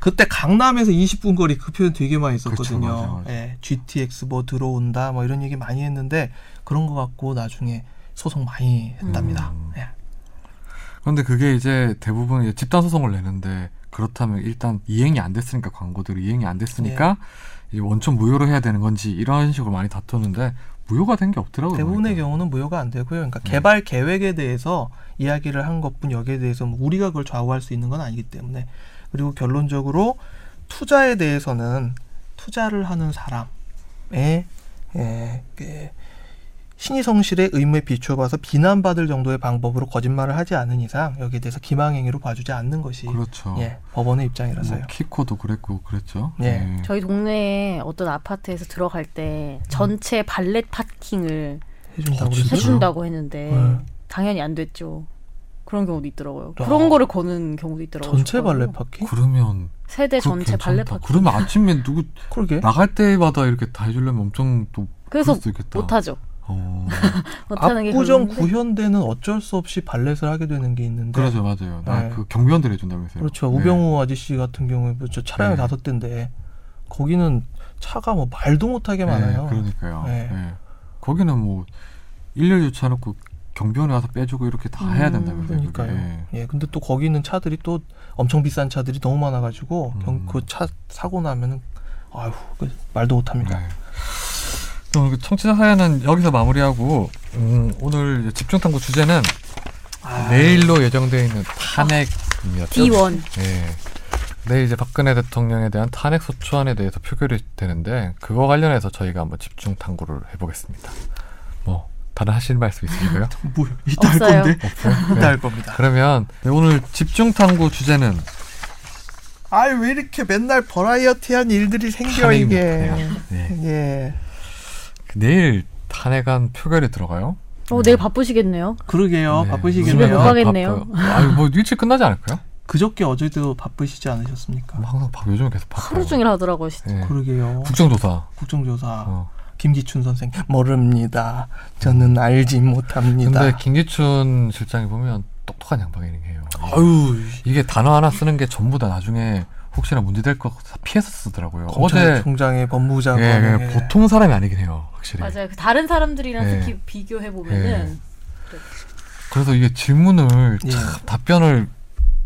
Speaker 2: 그때 강남에서 20분 거리 그 표현 되게 많이 썼거든요.
Speaker 1: 그쵸, 맞아, 맞아.
Speaker 2: 예, GTX 뭐 들어온다 뭐 이런 얘기 많이 했는데 그런 거 갖고 나중에 소송 많이 했답니다.
Speaker 1: 음.
Speaker 2: 예.
Speaker 1: 그런데 그게 이제 대부분 이제 집단 소송을 내는데 그렇다면 일단 이행이 안 됐으니까 광고들이 이행이 안 됐으니까
Speaker 2: 네.
Speaker 1: 이 원천 무효로 해야 되는 건지 이런 식으로 많이 다투는데 무효가 된 게 없더라고요.
Speaker 2: 대부분의
Speaker 1: 보니까.
Speaker 2: 경우는 무효가 안 되고요. 그러니까
Speaker 1: 음.
Speaker 2: 개발 계획에 대해서 이야기를 한 것뿐 여기에 대해서 뭐 우리가 그걸 좌우할 수 있는 건 아니기 때문에 그리고 결론적으로 투자에 대해서는 투자를 하는 사람의 예, 그 신의성실의 의무에 비추어봐서 비난받을 정도의 방법으로 거짓말을 하지 않은 이상 여기에 대해서 기망행위로 봐주지 않는 것이
Speaker 1: 그렇죠.
Speaker 2: 예, 법원의
Speaker 1: 뭐
Speaker 2: 입장이라서요.
Speaker 1: 키코도 그랬고 그랬죠.
Speaker 2: 예.
Speaker 1: 예.
Speaker 3: 저희 동네에 어떤 아파트에서 들어갈 때 전체 발렛 파킹을
Speaker 2: 해준다고
Speaker 1: 어, 진짜?
Speaker 2: 그랬어요.
Speaker 3: 해준다고 했는데
Speaker 2: 아, 네.
Speaker 3: 당연히 안 됐죠. 그런 경우도 있더라고요.
Speaker 2: 야.
Speaker 3: 그런 거를 거는 경우도 있더라고요.
Speaker 2: 전체
Speaker 3: 저거는.
Speaker 2: 발레 파킹?
Speaker 1: 그러면
Speaker 3: 세대
Speaker 1: 그거
Speaker 3: 전체 발렛
Speaker 1: 괜찮다.
Speaker 3: 파킹.
Speaker 1: 그러면 아침에 누구
Speaker 2: 그러게.
Speaker 1: 나갈 때마다 이렇게 다 해주려면 엄청 또
Speaker 3: 네? 그래서
Speaker 1: 그럴 수도 있겠다.
Speaker 3: 못하죠.
Speaker 1: 어,
Speaker 3: 못하는 게
Speaker 2: 압구정
Speaker 3: 그거인데.
Speaker 2: 구현대는 어쩔 수 없이 발렛을 하게 되는 게 있는데
Speaker 1: 그러죠, 맞아요. 아,
Speaker 2: 네.
Speaker 1: 그 경비원들 해준다면서요.
Speaker 2: 그렇죠.
Speaker 1: 네.
Speaker 2: 우병우 아저씨 같은 경우에 뭐저 차량이
Speaker 1: 네.
Speaker 2: 다섯 대인데 거기는 차가 뭐 말도 못하게 많아요.
Speaker 1: 예, 그러니까요.
Speaker 2: 예.
Speaker 1: 예. 거기는 뭐 일렬 유치해놓고 경비원에 와서 빼주고 이렇게 다 해야
Speaker 3: 음,
Speaker 1: 된다면서요. 그게.
Speaker 2: 그러니까요.
Speaker 1: 예.
Speaker 2: 예, 근데 또 거기 있는 차들이 또 엄청 비싼 차들이 너무 많아가지고
Speaker 1: 음.
Speaker 2: 그 차 사고 나면은 아휴 그 말도 못합니다.
Speaker 1: 네. 그럼 그 청취자 사연은 여기서 마무리하고 음, 오늘 이제 집중 탐구 주제는
Speaker 2: 아. 네.
Speaker 1: 내일로 예정되어 있는 탄핵입니다.
Speaker 3: D1.
Speaker 1: 예. 내일 이제 박근혜 대통령에 대한 탄핵 소추안에 대해서 표결이 되는데 그거 관련해서 저희가 한번 집중 탐구를 해보겠습니다. 뭐 다른 하시는 말씀 있으신가요? [laughs]
Speaker 2: 뭐야? 이따 할
Speaker 3: 없어요.
Speaker 2: 건데.
Speaker 1: 없어요?
Speaker 2: [laughs] 이따
Speaker 1: 네.
Speaker 2: 할 겁니다.
Speaker 1: 그러면 네, 오늘 집중 탐구 주제는
Speaker 2: 아이 왜 이렇게 맨날 버라이어티한 일들이 생겨
Speaker 1: 탄핵입니다.
Speaker 2: 이게.
Speaker 1: 네.
Speaker 2: 예.
Speaker 1: 그 내일 탄핵안 표결에 들어가요?
Speaker 3: 어, 내일 바쁘시겠네요.
Speaker 2: 그러게요.
Speaker 1: 네.
Speaker 3: 집에 뭐 못
Speaker 2: 어, 바쁘시겠네요.
Speaker 3: 가겠- 가겠네요.
Speaker 1: 바빠요. 아니 뭐 일찍 끝나지 않을까요?
Speaker 2: 그저께 어제도 바쁘시지 않으셨습니까?
Speaker 1: 뭐 항상 바, 요즘 계속 바빠요.
Speaker 3: 하루 종일 하더라고요. 진짜.
Speaker 1: 네.
Speaker 2: 그러게요.
Speaker 1: 국정조사.
Speaker 2: 국정조사
Speaker 1: 어.
Speaker 2: 김기춘 선생 모릅니다. 저는 알지 못합니다.
Speaker 1: 근데 김기춘 실장이 보면 똑똑한 양반이긴 해요.
Speaker 2: 아유
Speaker 1: 이게 단어 하나 쓰는 게 전부 다 나중에 혹시나 문제될 거 피해서 쓰더라고요. 어제
Speaker 2: 검찰총장의 법무장
Speaker 1: 예, 예, 보통 사람이 아니긴 해요, 확실히.
Speaker 3: 맞아요. 그 다른 사람들이랑
Speaker 1: 네.
Speaker 3: 특히 비교해 보면은
Speaker 1: 그래서 이게 질문을
Speaker 2: 예.
Speaker 1: 참 답변을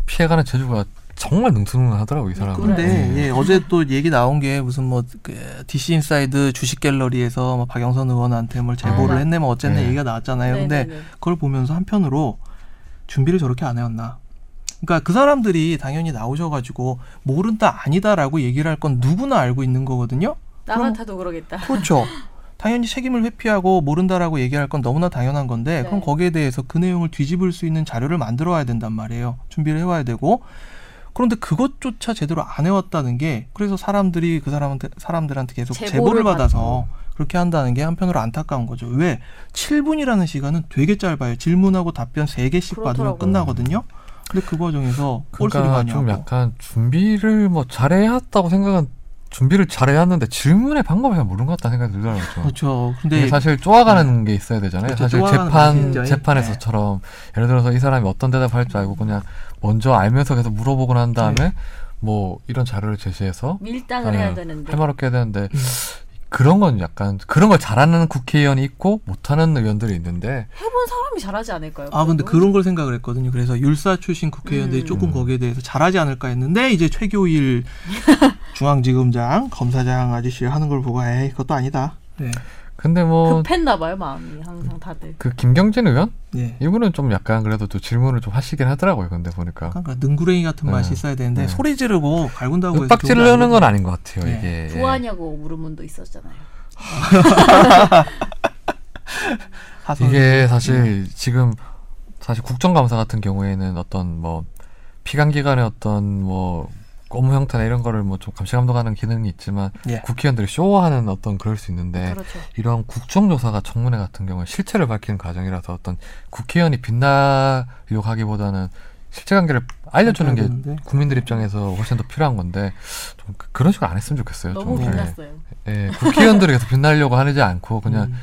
Speaker 1: 피해가는 재주가 정말 능수능하더라고요, 이 사람은.
Speaker 2: 근데
Speaker 1: 예.
Speaker 2: 예, 어제 또 얘기 나온 게 무슨 뭐그 DC 인사이드 주식 갤러리에서 뭐 박영선 의원한테 뭘 제보를
Speaker 3: 음.
Speaker 2: 했네 뭐 어쨌네
Speaker 1: 네.
Speaker 2: 얘기가 나왔잖아요. 근데
Speaker 3: 네네네.
Speaker 2: 그걸 보면서 한편으로 준비를 저렇게 안 해왔나. 그러니까 그 사람들이 당연히 나오셔가지고 모른다 아니다라고 얘기를 할 건 누구나 알고 있는 거거든요.
Speaker 3: 나 같아도 그러겠다. [laughs]
Speaker 2: 그렇죠. 당연히 책임을 회피하고 모른다라고 얘기할 건 너무나 당연한 건데
Speaker 3: 네.
Speaker 2: 그럼 거기에 대해서 그 내용을 뒤집을 수 있는 자료를 만들어 와야 된단 말이에요. 준비를 해와야 되고 그런데 그것조차 제대로 안 해왔다는 게 그래서 사람들이 그 사람한테 사람들한테 계속
Speaker 3: 제보를
Speaker 2: 제보를
Speaker 3: 받-
Speaker 2: 받아서 그렇게 한다는 게 한편으로 안타까운 거죠. 왜 7분이라는 시간은 되게 짧아요. 질문하고 답변 3개씩 받으면
Speaker 3: 그렇더라고요.
Speaker 2: 끝나거든요. 근데 그 과정에서 꼴소리가
Speaker 1: 그러니까
Speaker 2: 아니고
Speaker 1: 좀 약간 준비를 뭐 잘해왔다고 생각은 준비를 잘해왔는데 질문의 방법을 잘 모르는 것 같다는 생각이 들더라고요. 좀.
Speaker 2: 그렇죠.
Speaker 1: 이게
Speaker 2: 근데
Speaker 1: 사실 쪼아가는 게 있어야 되잖아요.
Speaker 2: 그렇죠,
Speaker 1: 사실
Speaker 2: 쪼아가는 네.
Speaker 1: 재판
Speaker 2: 거죠.
Speaker 1: 재판에서처럼 예를 들어서 이 사람이 어떤 대답할 줄 알고 그냥 먼저 알면서 계속 물어보고 난 다음에
Speaker 2: 네.
Speaker 1: 뭐 이런 자료를 제시해서
Speaker 3: 밀당을
Speaker 1: 네.
Speaker 3: 해야 되는데.
Speaker 1: 할 말 없게 해야 되는데
Speaker 2: 음.
Speaker 1: 그런 건 약간 그런 걸 잘하는 국회의원이 있고 못하는 의원들이 있는데
Speaker 3: 해본 사람이 잘하지 않을까요?
Speaker 2: 아 근데
Speaker 3: 그래도?
Speaker 2: 그런 걸 생각을 했거든요. 그래서 율사 출신 국회의원들이
Speaker 3: 음.
Speaker 2: 조금
Speaker 1: 음.
Speaker 2: 거기에 대해서 잘하지 않을까 했는데 이제 최교일
Speaker 3: [laughs]
Speaker 2: 중앙지검장 검사장 아저씨 하는 걸 보고 에이 그것도 아니다. 네.
Speaker 1: 근데 뭐 그
Speaker 3: 급했나 봐요 마음이 항상 다들.
Speaker 1: 김경진 의원
Speaker 2: 예.
Speaker 1: 이분은 좀 약간 그래도 또 질문을 좀 하시긴 하더라고요. 근데 보니까
Speaker 2: 약간 그 능구랭이 같은
Speaker 1: 네.
Speaker 2: 맛이 있어야 되는데
Speaker 1: 네.
Speaker 2: 소리 지르고 갈군다고 해서
Speaker 1: 윽박
Speaker 2: 좋은 게
Speaker 1: 지르는 건
Speaker 2: 아니거든요.
Speaker 1: 아닌 것 같아요. 이게
Speaker 2: 네.
Speaker 3: 좋아하냐고 물은 분도 있었잖아요. 아,
Speaker 2: 하선.
Speaker 3: 네.
Speaker 1: 이게 사실 지금 사실 국정감사 같은 경우에는 어떤 뭐 피감 기관의 어떤 뭐 업무 형태나 이런 거를 뭐 좀 감시 감독하는 기능이 있지만
Speaker 2: 예.
Speaker 1: 국회의원들이 쇼하는 어떤 그럴 수
Speaker 2: 네.
Speaker 1: 있는데
Speaker 3: 그렇죠.
Speaker 1: 이런 국정조사가 청문회 같은 경우에 실체를 밝히는 과정이라서 어떤 국회의원이 빛나려고 하기보다는 실체관계를 알려주는 게
Speaker 2: 되는데.
Speaker 1: 국민들 입장에서 훨씬 더 필요한 건데 좀 그- 그런 식으로 안 했으면 좋겠어요.
Speaker 3: 너무
Speaker 1: 좀. 네.
Speaker 3: 빛났어요.
Speaker 2: 네.
Speaker 1: 예, 예, 국회의원들이 계속 빛나려고 하지 않고 그냥
Speaker 2: 음.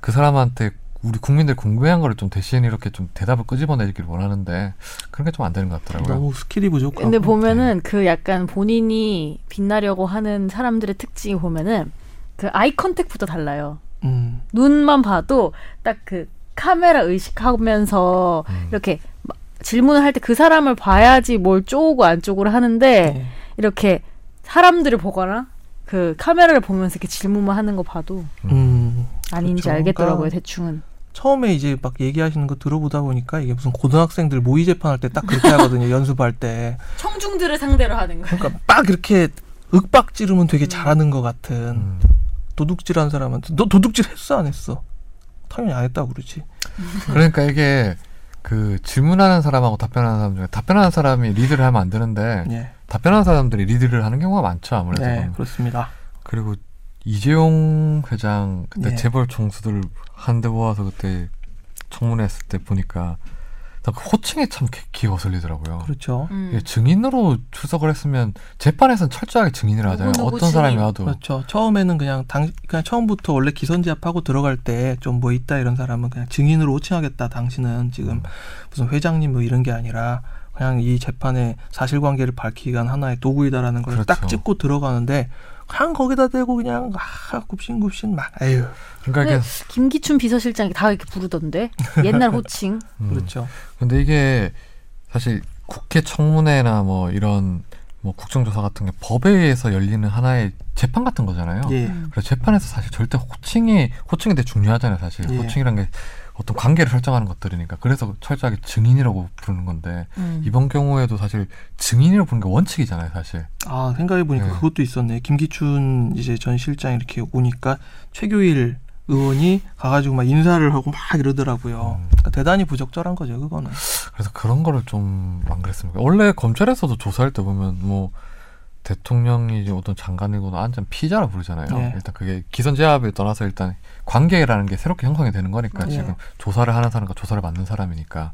Speaker 1: 그 사람한테 우리 국민들 궁금해한 거를 좀 대신 이렇게 좀 대답을 끄집어내기를 원하는데 그런 게 좀 안 되는 것 같더라고요.
Speaker 2: 너무 그러니까 스킬이 부족하고.
Speaker 3: 근데
Speaker 2: 네.
Speaker 3: 보면은 그 약간 본인이 빛나려고 하는 사람들의 특징이 보면은 그 아이 컨택부터 달라요.
Speaker 2: 음.
Speaker 3: 눈만 봐도 딱 그 카메라 의식하면서
Speaker 1: 음.
Speaker 3: 이렇게 마- 질문을 할 때 그 사람을 봐야지 뭘 쪼고 안 쪼고를 하는데
Speaker 2: 네.
Speaker 3: 이렇게 사람들을 보거나 그 카메라를 보면서 이렇게 질문만 하는 거 봐도
Speaker 2: 음.
Speaker 3: 아닌지
Speaker 2: 그렇죠.
Speaker 3: 알겠더라고요
Speaker 2: 그러니까
Speaker 3: 대충은
Speaker 2: 처음에 이제 막 얘기하시는 거 들어보다 보니까 이게 무슨 고등학생들 모의 재판할 때 딱 그렇게 하거든요. [laughs] 연습할 때.
Speaker 3: 청중들을 상대로 하는 거
Speaker 2: 그러니까 막 이렇게 윽박 지르면 되게 잘하는 것 같은
Speaker 1: 음.
Speaker 2: 도둑질한 사람한테 너 도둑질 했어 안 했어? 당연히 안 했다고 그러지.
Speaker 1: 그러니까 이게 그 질문하는 사람하고 답변하는 사람 중에 답변하는 사람이 리드를 하면 안 되는데
Speaker 2: 예.
Speaker 1: 답변하는 사람들이 리드를 하는 경우가 많죠 아무래도.
Speaker 2: 네, 그렇습니다.
Speaker 1: 그리고 이재용 회장 그때
Speaker 2: 예.
Speaker 1: 재벌 총수들 한데 모아서 그때 청문회 했을 때 보니까 나그 호칭이 참 귀, 귀 거슬리더라고요.
Speaker 2: 그렇죠.
Speaker 3: 음.
Speaker 1: 예, 증인으로 출석을 했으면 재판에서는 철저하게 증인을 하잖아요.
Speaker 3: 누구누구
Speaker 1: 어떤 사람이
Speaker 3: 증인.
Speaker 1: 와도
Speaker 2: 그렇죠. 처음에는 그냥 당 그냥 처음부터 원래 기선제압하고 들어갈 때 좀 뭐 있다 이런 사람은 그냥 증인으로 호칭하겠다. 당신은
Speaker 1: 음.
Speaker 2: 지금 무슨 회장님 뭐 이런 게 아니라 그냥 이 재판의 사실관계를 밝히기 위한 하나의 도구이다라는 걸 딱
Speaker 1: 그렇죠.
Speaker 2: 찍고 들어가는데 그냥 거기다 대고 그냥 아 굽신굽신 막 에휴
Speaker 3: 네.
Speaker 1: 그러니까 이게
Speaker 3: 김기춘 비서실장이 다 이렇게 부르던데 옛날
Speaker 4: [laughs]
Speaker 3: 호칭
Speaker 1: 음.
Speaker 2: 그렇죠.
Speaker 1: 근데 이게 사실 국회 청문회나 뭐 이런 뭐 국정조사 같은 게 법에 의해서 열리는 하나의 재판 같은 거잖아요.
Speaker 2: 예.
Speaker 1: 그래서 재판에서 사실 절대 호칭이 호칭이 되게 중요하잖아요, 사실.
Speaker 2: 예.
Speaker 1: 호칭이란 게 어떤 관계를 설정하는 것들이니까. 그래서 철저하게 증인이라고 부르는 건데
Speaker 3: 음.
Speaker 1: 이번 경우에도 사실 증인이라고 부르는 게 원칙이잖아요, 사실.
Speaker 2: 아 생각해 보니까
Speaker 1: 네.
Speaker 2: 그것도 있었네. 김기춘 이제 전 실장 이렇게 오니까 최교일 의원이 가가지고 막 인사를 하고 막
Speaker 1: 음.
Speaker 2: 이러더라고요. 그러니까 대단히 부적절한 거죠, 그거는.
Speaker 1: 그래서 그런 거를 좀 안 그랬습니까? 원래 검찰에서도 조사할 때 보면 뭐 대통령이 이제 어떤 장관이거나 앉은 피자라 부르잖아요.
Speaker 2: 예.
Speaker 1: 일단 그게 기선 제압을 떠나서 일단 관계라는 게 새롭게 형성이 되는 거니까
Speaker 2: 예.
Speaker 1: 지금 조사를 하는 사람과 조사를 받는 사람이니까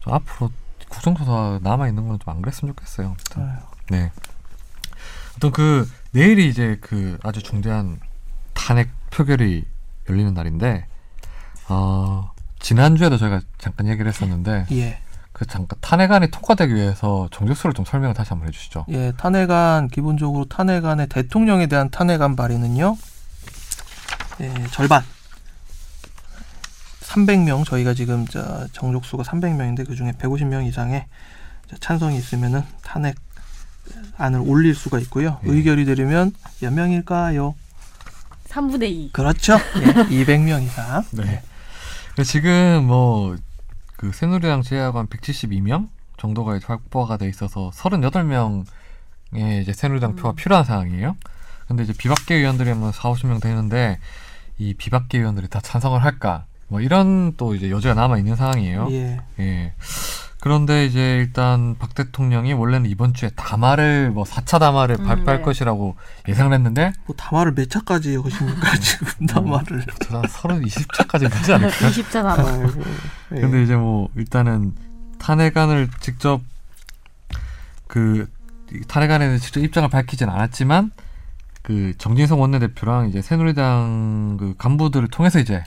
Speaker 1: 좀 앞으로 국정조사 남아 있는 건 좀 안 그랬으면 좋겠어요. 아무튼.
Speaker 2: 아유.
Speaker 1: 네. 어떤 그 내일이 이제 그 아주 중대한 탄핵 표결이 열리는 날인데 어, 지난주에도 저희가 잠깐 얘기를 했었는데
Speaker 2: 예.
Speaker 1: 그 잠깐 탄핵안이 통과되기 위해서 정족수를 좀 설명을 다시 한번 해주시죠.
Speaker 2: 예, 탄핵안 기본적으로 탄핵안의 대통령에 대한 탄핵안 발의는요. 예, 절반 300명 저희가 지금 저 정족수가 300명인데 그 중에 150명 이상의 저 찬성이 있으면은 탄핵안을 올릴 수가 있고요.
Speaker 1: 예.
Speaker 2: 의결이 되려면 몇 명일까요?
Speaker 3: 3분의 2.
Speaker 2: 그렇죠. 예, 200명 이상.
Speaker 1: 네. 지금 뭐 그 새누리당 제외하고 한 172명 정도가 이제 확보가 돼 있어서 38명의 이제 새누리당
Speaker 3: 음.
Speaker 1: 표가 필요한 상황이에요. 근데 이제 비박계 의원들이면 4, 50명 되는데 이 비박계 의원들이 다 찬성을 할까? 뭐 이런 또 이제 여지가 남아 있는 상황이에요.
Speaker 3: 네.
Speaker 2: 예.
Speaker 1: 예. 그런데 이제 일단 박 대통령이 원래는 이번 주에 담화를 뭐 4차 담화를
Speaker 3: 음,
Speaker 1: 발표할
Speaker 3: 네.
Speaker 1: 것이라고 예상을 했는데
Speaker 2: 뭐 담화를 몇 차까지 하십니까 지금 담화를.
Speaker 1: 한 30, 20차까지 가지
Speaker 3: [laughs]
Speaker 1: 않을까?
Speaker 3: 20자 남아.
Speaker 2: 음. 아이고, 예.
Speaker 1: [laughs] 근데 이제 뭐 일단은 탄핵안을 직접 그이 탄핵안에는 직접 입장을 밝히진 않았지만 그 정진석 원내대표랑 이제 새누리당 그 간부들을 통해서 이제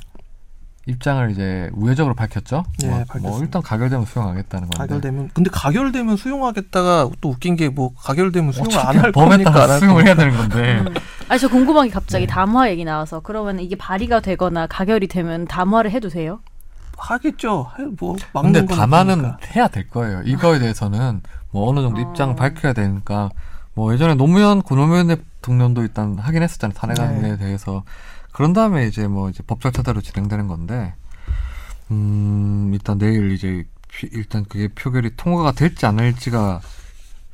Speaker 1: 입장을 이제 우회적으로 밝혔죠.
Speaker 2: 예,
Speaker 1: 뭐, 뭐
Speaker 2: 밝혔습니다.
Speaker 1: 일단 가결되면 수용하겠다는 건데.
Speaker 2: 가결되면 근데 가결되면 수용하겠다가 또 웃긴 게 뭐 가결되면 수용을 안 할
Speaker 1: 어차피 범에
Speaker 2: 겁니까? 안
Speaker 1: 따라
Speaker 2: 할
Speaker 1: 수용을
Speaker 2: 겁니까?
Speaker 1: 해야 되는
Speaker 2: 예.
Speaker 1: 건데.
Speaker 3: 아, 저 궁금한 게
Speaker 2: 네.
Speaker 3: 갑자기 담화 얘기 나와서 그러면 이게 발의가 되거나 가결이 되면 담화를 해도 돼요?
Speaker 2: [laughs] 하겠죠. 해- 뭐 막는
Speaker 1: 근데
Speaker 2: 건
Speaker 1: 담화는
Speaker 2: 없으니까.
Speaker 1: 해야 될 거예요. 이거에 대해서는 뭐 어느 정도
Speaker 3: 어.
Speaker 2: 아.
Speaker 1: 입장을 밝혀야 되니까 뭐 예전에 노무현 고노무현 대통령도 일단 하긴 했었잖아요. 탄핵안에
Speaker 2: 네.
Speaker 1: 대해서 그런 다음에 이제 뭐 이제 법 절차대로 진행되는 건데 음 일단 내일 이제 피- 일단 그게 표결이 통과가 될지 안 될지가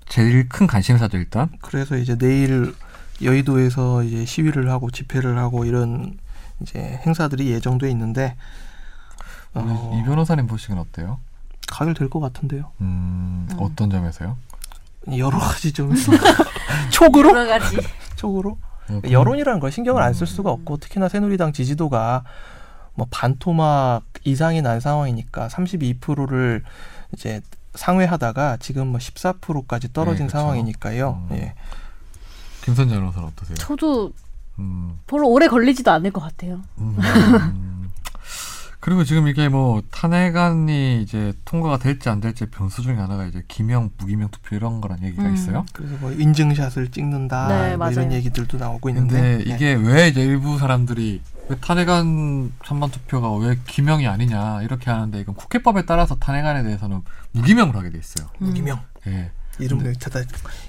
Speaker 1: 제일 큰 관심사죠 일단.
Speaker 2: 그래서 이제 내일 여의도에서 이제 시위를 하고 집회를 하고 이런 이제 행사들이 예정돼 있는데
Speaker 1: 우리
Speaker 2: 어,
Speaker 1: 음, 이 변호사님 보시기엔 어때요?
Speaker 2: 가결될 것 같은데요.
Speaker 1: 음,
Speaker 3: 음.
Speaker 1: 어떤 점에서요?
Speaker 2: 여러 가지
Speaker 1: [laughs]
Speaker 2: 좀 촉으로
Speaker 3: 여러 가지.
Speaker 2: 촉으로
Speaker 1: 음,
Speaker 2: 그러니까 여론이라는 걸 신경을 안 쓸 수가 없고 특히나 새누리당 지지도가 뭐 반토막 이상이 난 상황이니까 32%를 이제 상회하다가 지금 뭐 14%까지 떨어진
Speaker 1: 네, 그쵸.
Speaker 2: 상황이니까요.
Speaker 1: 음.
Speaker 2: 예.
Speaker 1: 김선재 변호사는 어떠세요?
Speaker 3: 저도
Speaker 1: 음.
Speaker 3: 별로 오래 걸리지도 않을 것 같아요.
Speaker 1: 음. [laughs] 그리고 지금 이게 뭐 탄핵안이 이제 통과가 될지 안 될지 변수 중에 하나가 이제 기명 무기명 투표 이런 거란 얘기가
Speaker 3: 음.
Speaker 1: 있어요.
Speaker 2: 그래서 뭐 인증샷을 찍는다
Speaker 3: 네,
Speaker 2: 뭐
Speaker 3: 맞아요.
Speaker 2: 이런 얘기들도 나오고 있는데
Speaker 1: 근데
Speaker 2: 네.
Speaker 1: 이게 왜 이제 일부 사람들이 왜 탄핵안 찬반 투표가 왜 기명이 아니냐 이렇게 하는데 이건 국회법에 따라서 탄핵안에 대해서는 무기명으로 하게 돼 있어요.
Speaker 3: 음.
Speaker 2: 김영
Speaker 1: 예.
Speaker 2: 이름을 찾아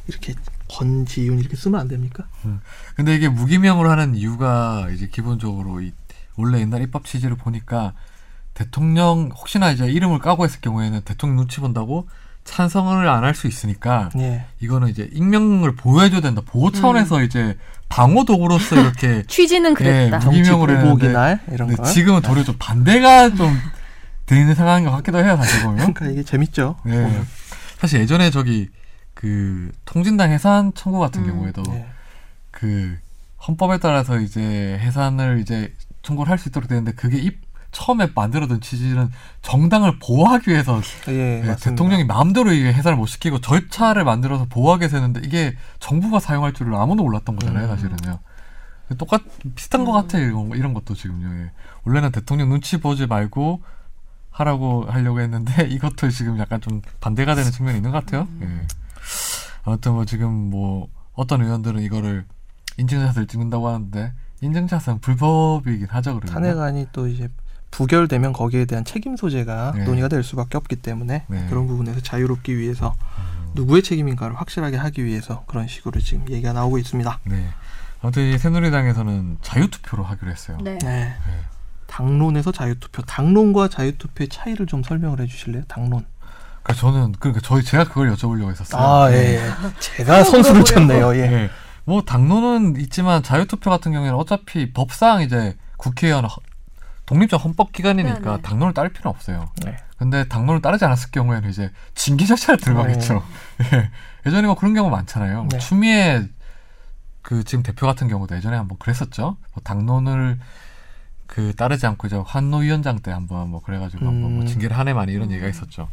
Speaker 2: 이렇게 권지윤 이렇게 쓰면 안 됩니까?
Speaker 1: 근데 이게 무기명으로 하는 이유가 이제 기본적으로 이 원래 옛날 입법 취지를 보니까 대통령 혹시나 이제 이름을 까고 했을 경우에는 대통령 눈치 본다고 찬성을 안 할 수 있으니까
Speaker 3: 네.
Speaker 2: 예.
Speaker 1: 이거는 이제 익명을 보호해줘야 된다. 보호 차원에서
Speaker 2: 음.
Speaker 1: 이제 방호 도구로서
Speaker 2: [laughs]
Speaker 1: 이렇게.
Speaker 3: 취지는 그랬다.
Speaker 1: 예, 정-
Speaker 2: 정치
Speaker 1: 무기명으로
Speaker 2: 보복이
Speaker 1: 했는데
Speaker 2: 날 이런
Speaker 1: 근데
Speaker 2: 거.
Speaker 1: 지금은 도리어 좀 반대가 좀 되는 상황인 것 같기도 해요, 사실 보면.
Speaker 2: 그러니까 이게 재밌죠.
Speaker 1: 예. 사실 예전에 저기 그 통진당 해산 청구 같은
Speaker 3: 음.
Speaker 1: 경우에도
Speaker 2: 예.
Speaker 1: 그 헌법에 따라서 이제 해산을 이제 청구를 할 수 있도록 되는데 그게 입 처음에 만들어둔 취지는 정당을 보호하기 위해서 예,
Speaker 2: 예, 맞습니다.
Speaker 1: 대통령이 마음대로 이게 해산을 못 시키고 절차를 만들어서 보호하게 되는데 이게 정부가 사용할 줄을 아무도 몰랐던 거잖아요,
Speaker 2: 음.
Speaker 1: 사실은요. 똑같 비슷한 것
Speaker 3: 음.
Speaker 1: 같아요 이런, 거- 이런 것도 지금요. 예. 원래는 대통령 눈치 보지 말고 하라고 하려고 했는데 [laughs] 이것도 지금 약간 좀 반대가 되는 측면이 있는 것 같아요.
Speaker 2: 음.
Speaker 1: 예. 아무튼 뭐 지금 뭐 어떤 의원들은 이거를 인증샷을 찍는다고 하는데 인증샷은 불법이긴 하죠, 그러면.
Speaker 2: 탄핵안이 또 이제 부결되면 거기에 대한 책임 소재가
Speaker 1: 네.
Speaker 2: 논의가 될 수밖에 없기 때문에
Speaker 1: 네. 음.
Speaker 2: 그런 부분에서 자유롭기 위해서 누구의 책임인가를 확실하게 하기 위해서 그런 식으로 지금 얘기가 나오고 있습니다.
Speaker 1: 네. 아무튼 이 새누리당에서는 자유투표로 하기로 했어요.
Speaker 3: 네.
Speaker 2: 네. 당론에서 자유투표, 당론과 자유투표의 차이를 좀 설명을 해주실래요? 당론.
Speaker 1: 그러니까 저는 그러니까 저희 제가 그걸 여쭤보려고 했었어요.
Speaker 2: 아, 예,
Speaker 1: 네. [laughs]
Speaker 2: 제가 선수를 쳤네요.
Speaker 1: 예. 뭐 당론은 있지만 자유투표 같은 경우에는 어차피 법상 이제 국회의원 허- 독립적 헌법 기관이니까
Speaker 3: 네, 네.
Speaker 1: 당론을 따를 필요는 없어요.
Speaker 2: 네.
Speaker 1: 근데 당론을 따르지 않았을 경우에는 이제 징계 절차를 들어가겠죠. [laughs] 예. 예전에 뭐 그런 경우 많잖아요. 뭐
Speaker 2: 네.
Speaker 1: 추미애 그 지금 대표 같은 경우도 예전에 한번 그랬었죠. 뭐 당론을 그 따르지 않고 이제 환노위원장 때 한번 뭐 그래가지고 한번 뭐
Speaker 2: 음.
Speaker 1: 징계를 하네 많이 이런 얘기가 있었죠.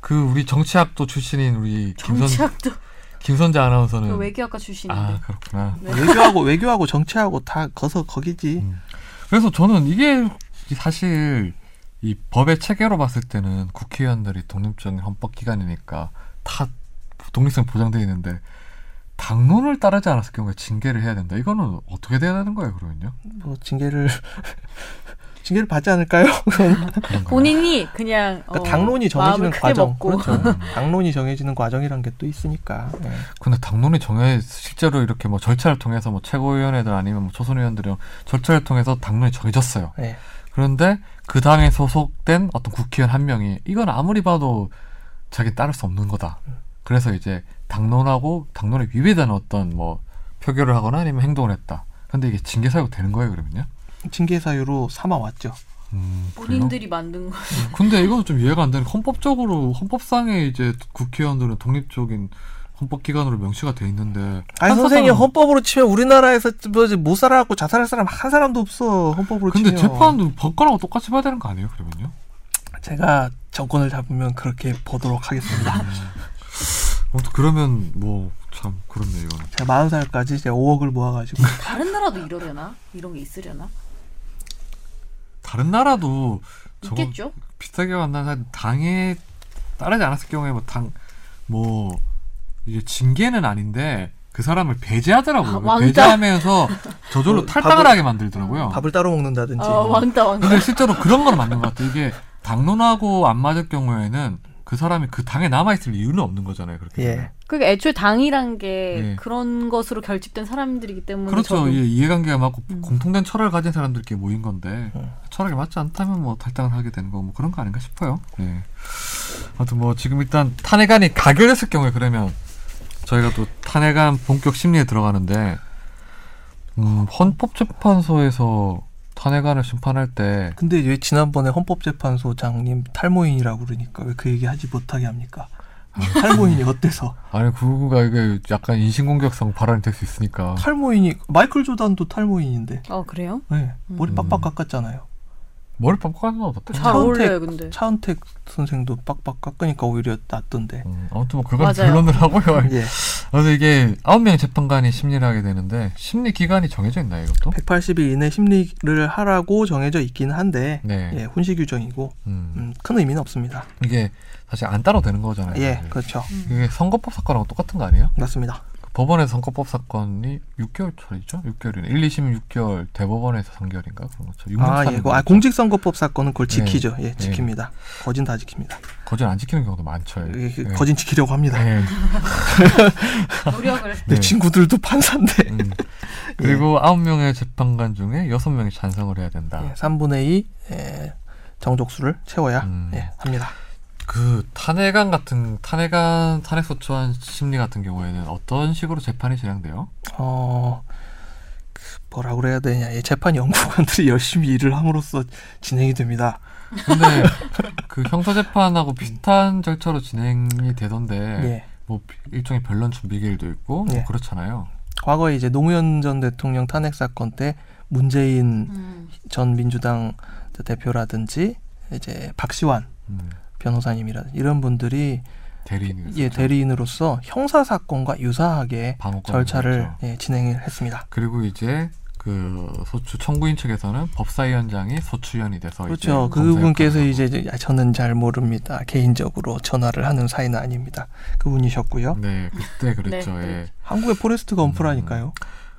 Speaker 1: 그 우리 정치학도 출신인 우리 김선
Speaker 3: 정치학도 그
Speaker 1: 김선재 아나운서는
Speaker 4: 저
Speaker 2: 음.
Speaker 4: 외교학과 출신인데.
Speaker 1: 아 그렇구나.
Speaker 4: 네.
Speaker 2: 외교하고 외교하고 정치하고 다 거서 거기지.
Speaker 1: 음. 그래서 저는 이게 사실 이 법의 체계로 봤을 때는 국회의원들이 독립적인 헌법 기관이니까 다 독립성 보장돼 있는데 당론을 따르지 않았을 경우에 징계를 해야 된다. 이거는 어떻게 돼야 되는 거예요, 그러면요?
Speaker 2: 뭐 징계를 [laughs] 징계를 받지 않을까요? 그건
Speaker 1: 그런가요?
Speaker 3: 본인이 그냥 어,
Speaker 2: 그러니까 당론이
Speaker 3: 마음을
Speaker 2: 정해지는
Speaker 3: 크게
Speaker 2: 과정.
Speaker 3: 먹고.
Speaker 2: 그렇죠. [laughs] 당론이 정해지는 과정이란 게 또 있으니까. 네.
Speaker 1: 근데 당론이 정해 실제로 이렇게 뭐 절차를 통해서 뭐 최고위원회든 아니면 뭐 초선의원들은 절차를 통해서 당론이 정해졌어요.
Speaker 2: 네.
Speaker 1: 그런데 그 당에 소속된 어떤 국회의원 한 명이 이건 아무리 봐도 자기 따를 수 없는 거다. 그래서 이제 당론하고 당론에 위배되는 어떤 뭐 표결을 하거나 아니면 행동을 했다. 근데 이게 징계 사유가 되는 거예요, 그러면요?
Speaker 2: 징계 사유로 삼아 왔죠.
Speaker 1: 음, 그래요?
Speaker 4: 본인들이 만든 거.
Speaker 1: 근데 이건 좀 이해가 안 되는 게 헌법적으로 헌법상에 이제 국회의원들은 독립적인 헌법기관으로 명시가 돼 있는데
Speaker 2: 아니
Speaker 1: 한국
Speaker 2: 선생님
Speaker 1: 사람은-
Speaker 2: 헌법으로 치면 우리나라에서 뭐지 못 살아갖고 자살할 사람 한 사람도 없어 헌법으로
Speaker 1: 근데
Speaker 2: 치면.
Speaker 1: 재판도 법관하고 똑같이 봐야 되는 거 아니에요, 그러면요?
Speaker 2: 제가 정권을 잡으면 그렇게 보도록 하겠습니다.
Speaker 1: 아무튼 그러면 뭐 참 그렇네요, 이거는.
Speaker 2: [laughs] 제가 40살까지 이제 5억을 모아가지고
Speaker 4: 다른 나라도 이러려나? 이런 게 있으려나?
Speaker 1: 다른 나라도 저거
Speaker 4: 있겠죠.
Speaker 1: 비슷하게 만나서 당에 따르지 않았을 경우에 뭐당뭐 이제 징계는 아닌데 그 사람을 배제하더라고요.
Speaker 3: 왕따.
Speaker 1: 배제하면서 저절로
Speaker 2: 어,
Speaker 1: 탈당을
Speaker 2: 밥을-
Speaker 1: 하게 만들더라고요.
Speaker 2: 어. 밥을 따로 먹는다든지.
Speaker 3: 어,
Speaker 4: 아 왕따 왕따.
Speaker 1: 근데 실제로 그런 건 맞는 것 같아요. 이게 당론하고 안 맞을 경우에는 그 사람이 그 당에 남아 있을 이유는 없는 거잖아요. 그렇게.
Speaker 2: 예.
Speaker 1: 되면.
Speaker 3: 그러니까 애초에 당이란 게
Speaker 1: 예.
Speaker 3: 그런 것으로 결집된 사람들이기 때문에
Speaker 1: 그렇죠.
Speaker 3: 음, 저도 음.
Speaker 1: 이 이해관계가 맞고 공통된 철학을 가진 사람들끼리 모인 건데
Speaker 2: 음.
Speaker 1: 철학이 맞지 않다면 뭐 탈당을 하게 되는 거뭐 그런 거 아닌가 싶어요. 네. 아무튼 뭐 지금 일단 탄핵안이 가결됐을 경우에 그러면 저희가 또 탄핵안 본격 심리에 들어가는데 음, 헌법재판소에서 탄핵안을 심판할 때
Speaker 2: 근데 왜 지난번에 헌법재판소장님 탈모인이라고 그러니까 왜 그 얘기 하지 못하게 합니까? 어, 탈모인이 어때서?
Speaker 1: 아니 그거가 이게 약간 인신공격성 발언이 될 수 있으니까
Speaker 2: [laughs] 탈모인이 마이클 조단도 탈모인인데
Speaker 3: 어 그래요?
Speaker 2: 네, 머리
Speaker 1: 음.
Speaker 2: 빡빡 깎았잖아요.
Speaker 1: 머리 빡빡하는 건 어떻다. 음,
Speaker 3: 잘
Speaker 2: 선택.
Speaker 3: 어울려요 근데
Speaker 2: 차은택 선생도 빡빡 깎으니까 오히려 낫던데.
Speaker 1: 음, 아무튼 뭐 그건
Speaker 3: 맞아요.
Speaker 1: 변론을 하고요.
Speaker 2: 예,
Speaker 1: 그래서 이게 아홉 명의 재판관이 심리를 하게 되는데 심리 기간이 정해져 있나요, 이것도?
Speaker 2: 180일 이내 심리를 하라고 정해져 있긴 한데
Speaker 1: 네.
Speaker 2: 예, 훈시 규정이고
Speaker 1: 음.
Speaker 2: 음, 큰 의미는 없습니다.
Speaker 1: 이게 사실 안 따로 되는 거잖아요.
Speaker 2: 예,
Speaker 1: 사실.
Speaker 2: 그렇죠.
Speaker 3: 음.
Speaker 1: 이게 선거법 사건하고 똑같은 거 아니에요?
Speaker 2: 맞습니다.
Speaker 1: 그 법원에서 선거법 사건이 6개월 처리죠? 6개월이네. 1, 2심 6개월, 대법원에서 3개월인가 그런 거죠. 육 년
Speaker 2: 아,
Speaker 1: 사는
Speaker 2: 예, 그, 아
Speaker 1: 거죠.
Speaker 2: 공직선거법 사건은 그걸 지키죠. 예,
Speaker 1: 예.
Speaker 2: 지킵니다. 거진 다 지킵니다.
Speaker 1: 거짓 안 지키는 경우도 많죠.
Speaker 2: 예,
Speaker 1: 예.
Speaker 2: 그 거진 지키려고 합니다. [laughs]
Speaker 1: 예.
Speaker 4: 노력을.
Speaker 2: 내
Speaker 1: 네.
Speaker 2: 친구들도 예. 판사인데. [laughs]
Speaker 1: 음. 그리고 아홉 명의 재판관 중에 여섯 명이 잔성을 해야 된다.
Speaker 2: 예, 3분의 2 예, 정족수를 채워야
Speaker 1: 음.
Speaker 2: 예, 합니다.
Speaker 1: 그 탄핵안 같은 탄핵안 탄핵 소추안 심리 같은 경우에는 어떤 식으로 재판이 진행돼요?
Speaker 2: 어, 그 뭐라 그래야 되냐. 예, 재판 연구관들이 [laughs] 열심히 일을 함으로써 진행이 됩니다. [laughs]
Speaker 1: 근데 그 형사 재판하고 비슷한 절차로 진행이 되던데
Speaker 2: 예.
Speaker 1: 뭐 일종의 변론 준비 기일도 있고 뭐
Speaker 2: 예.
Speaker 1: 그렇잖아요.
Speaker 2: 과거에 이제 노무현 전 대통령 탄핵 사건 때 문재인
Speaker 4: 음.
Speaker 2: 전 민주당 대표라든지 이제 박시환
Speaker 1: 음,
Speaker 2: 변호사님이라든지 이런 분들이
Speaker 1: 대리인
Speaker 2: 예, 대리인으로서 형사 사건과 유사하게
Speaker 1: 방어권
Speaker 2: 절차를
Speaker 1: 그렇죠.
Speaker 2: 예, 진행을 했습니다.
Speaker 1: 그리고 이제 그 소추 청구인 측에서는 법사위원장이 소추위원이 돼서
Speaker 2: 그렇죠.
Speaker 1: 이제
Speaker 2: 그분께서
Speaker 1: 검사
Speaker 2: 이제 이제, 아, 저는 잘 모릅니다. 개인적으로 전화를 하는 사이는 아닙니다. 그분이셨고요.
Speaker 1: 역할을 하고. 네 그때 그랬죠.
Speaker 4: 네,
Speaker 1: 예.
Speaker 2: 한국의 포레스트 검프라니까요.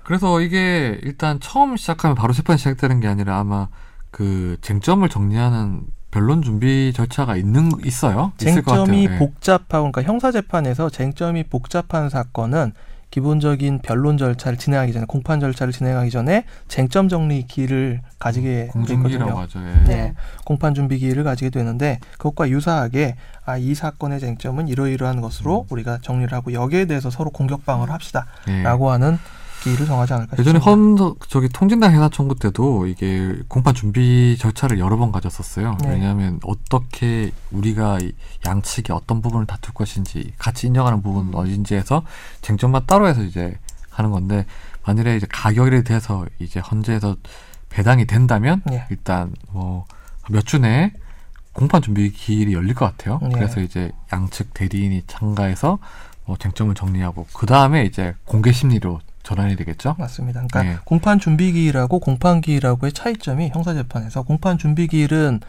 Speaker 1: 그래서 이게 일단 처음 시작하면 바로 재판이 시작되는 게 아니라 아마 그 쟁점을 정리하는 변론 준비 절차가 있는 있어요. 있을 것
Speaker 2: 쟁점이
Speaker 1: 같아요. 예.
Speaker 2: 복잡하고 그러니까 형사 재판에서 쟁점이 복잡한 사건은 기본적인 변론 절차를 진행하기 전에 공판 절차를 진행하기 전에 쟁점 정리 기를 가지게 되거든요.
Speaker 1: 음, 공중기라고 하죠. 예.
Speaker 4: 네.
Speaker 2: 공판 준비 기일을 가지게 되는데 그것과 유사하게 아, 이
Speaker 1: 음.
Speaker 2: 사건의 쟁점은 이러이러한 것으로 우리가 정리를 하고 여기에 대해서 서로 공격방어를 합시다라고
Speaker 1: 예.
Speaker 2: 하는 기일을 정하지 않을까 싶습니다.
Speaker 1: 예전에 헌 저기 통진당 해산 청구 때도 이게 공판 준비 절차를 여러 번 가졌었어요.
Speaker 2: 네.
Speaker 1: 왜냐하면 어떻게 우리가 이 양측이 어떤 부분을 다툴 것인지 같이 인정하는
Speaker 2: 음.
Speaker 1: 부분은 어딘지에서 쟁점만 따로 해서 이제 하는 건데 만일에 이제 가격에 대해서 이제 헌재에서 배당이 된다면
Speaker 2: 예.
Speaker 1: 일단 뭐 몇 주 내에 공판 준비 기일이 열릴 것 같아요.
Speaker 2: 네.
Speaker 1: 그래서 이제 양측 대리인이 참가해서 뭐 쟁점을 정리하고 그 다음에 이제 공개 심리로 전환이 되겠죠.
Speaker 2: 맞습니다. 그러니까
Speaker 1: 네.
Speaker 2: 공판 준비기일하고 공판기일하고의 차이점이 형사재판에서 공판 준비기일은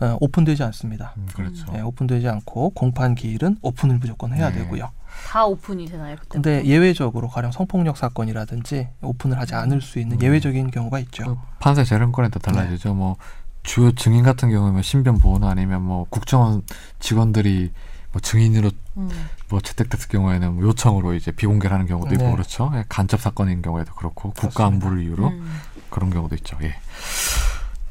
Speaker 2: 어, 오픈되지 않습니다.
Speaker 1: 음, 그렇죠.
Speaker 2: 예, 오픈되지 않고 공판기일은 오픈을 무조건 해야
Speaker 1: 네.
Speaker 2: 되고요.
Speaker 3: 다 오픈이 되나요? 그때?
Speaker 2: 근데 예외적으로 가령 성폭력 사건이라든지 오픈을 하지 않을 수 있는
Speaker 1: 음.
Speaker 2: 예외적인 경우가 있죠. 네.
Speaker 1: 그 판사 재량권에 따라 달라지죠. 뭐 주요 증인 같은 경우는 신변 보호나 아니면 뭐 국정원 직원들이 뭐 증인으로
Speaker 3: 음.
Speaker 1: 뭐 채택됐을 경우에는 뭐 요청으로 이제 비공개를 하는 경우도 있고
Speaker 2: 네.
Speaker 1: 그렇죠. 예, 간첩 사건인 경우에도 그렇고 국가
Speaker 2: 그렇습니다. 네.
Speaker 1: 안보를 이유로
Speaker 3: 음.
Speaker 1: 그런 경우도 있죠. 예.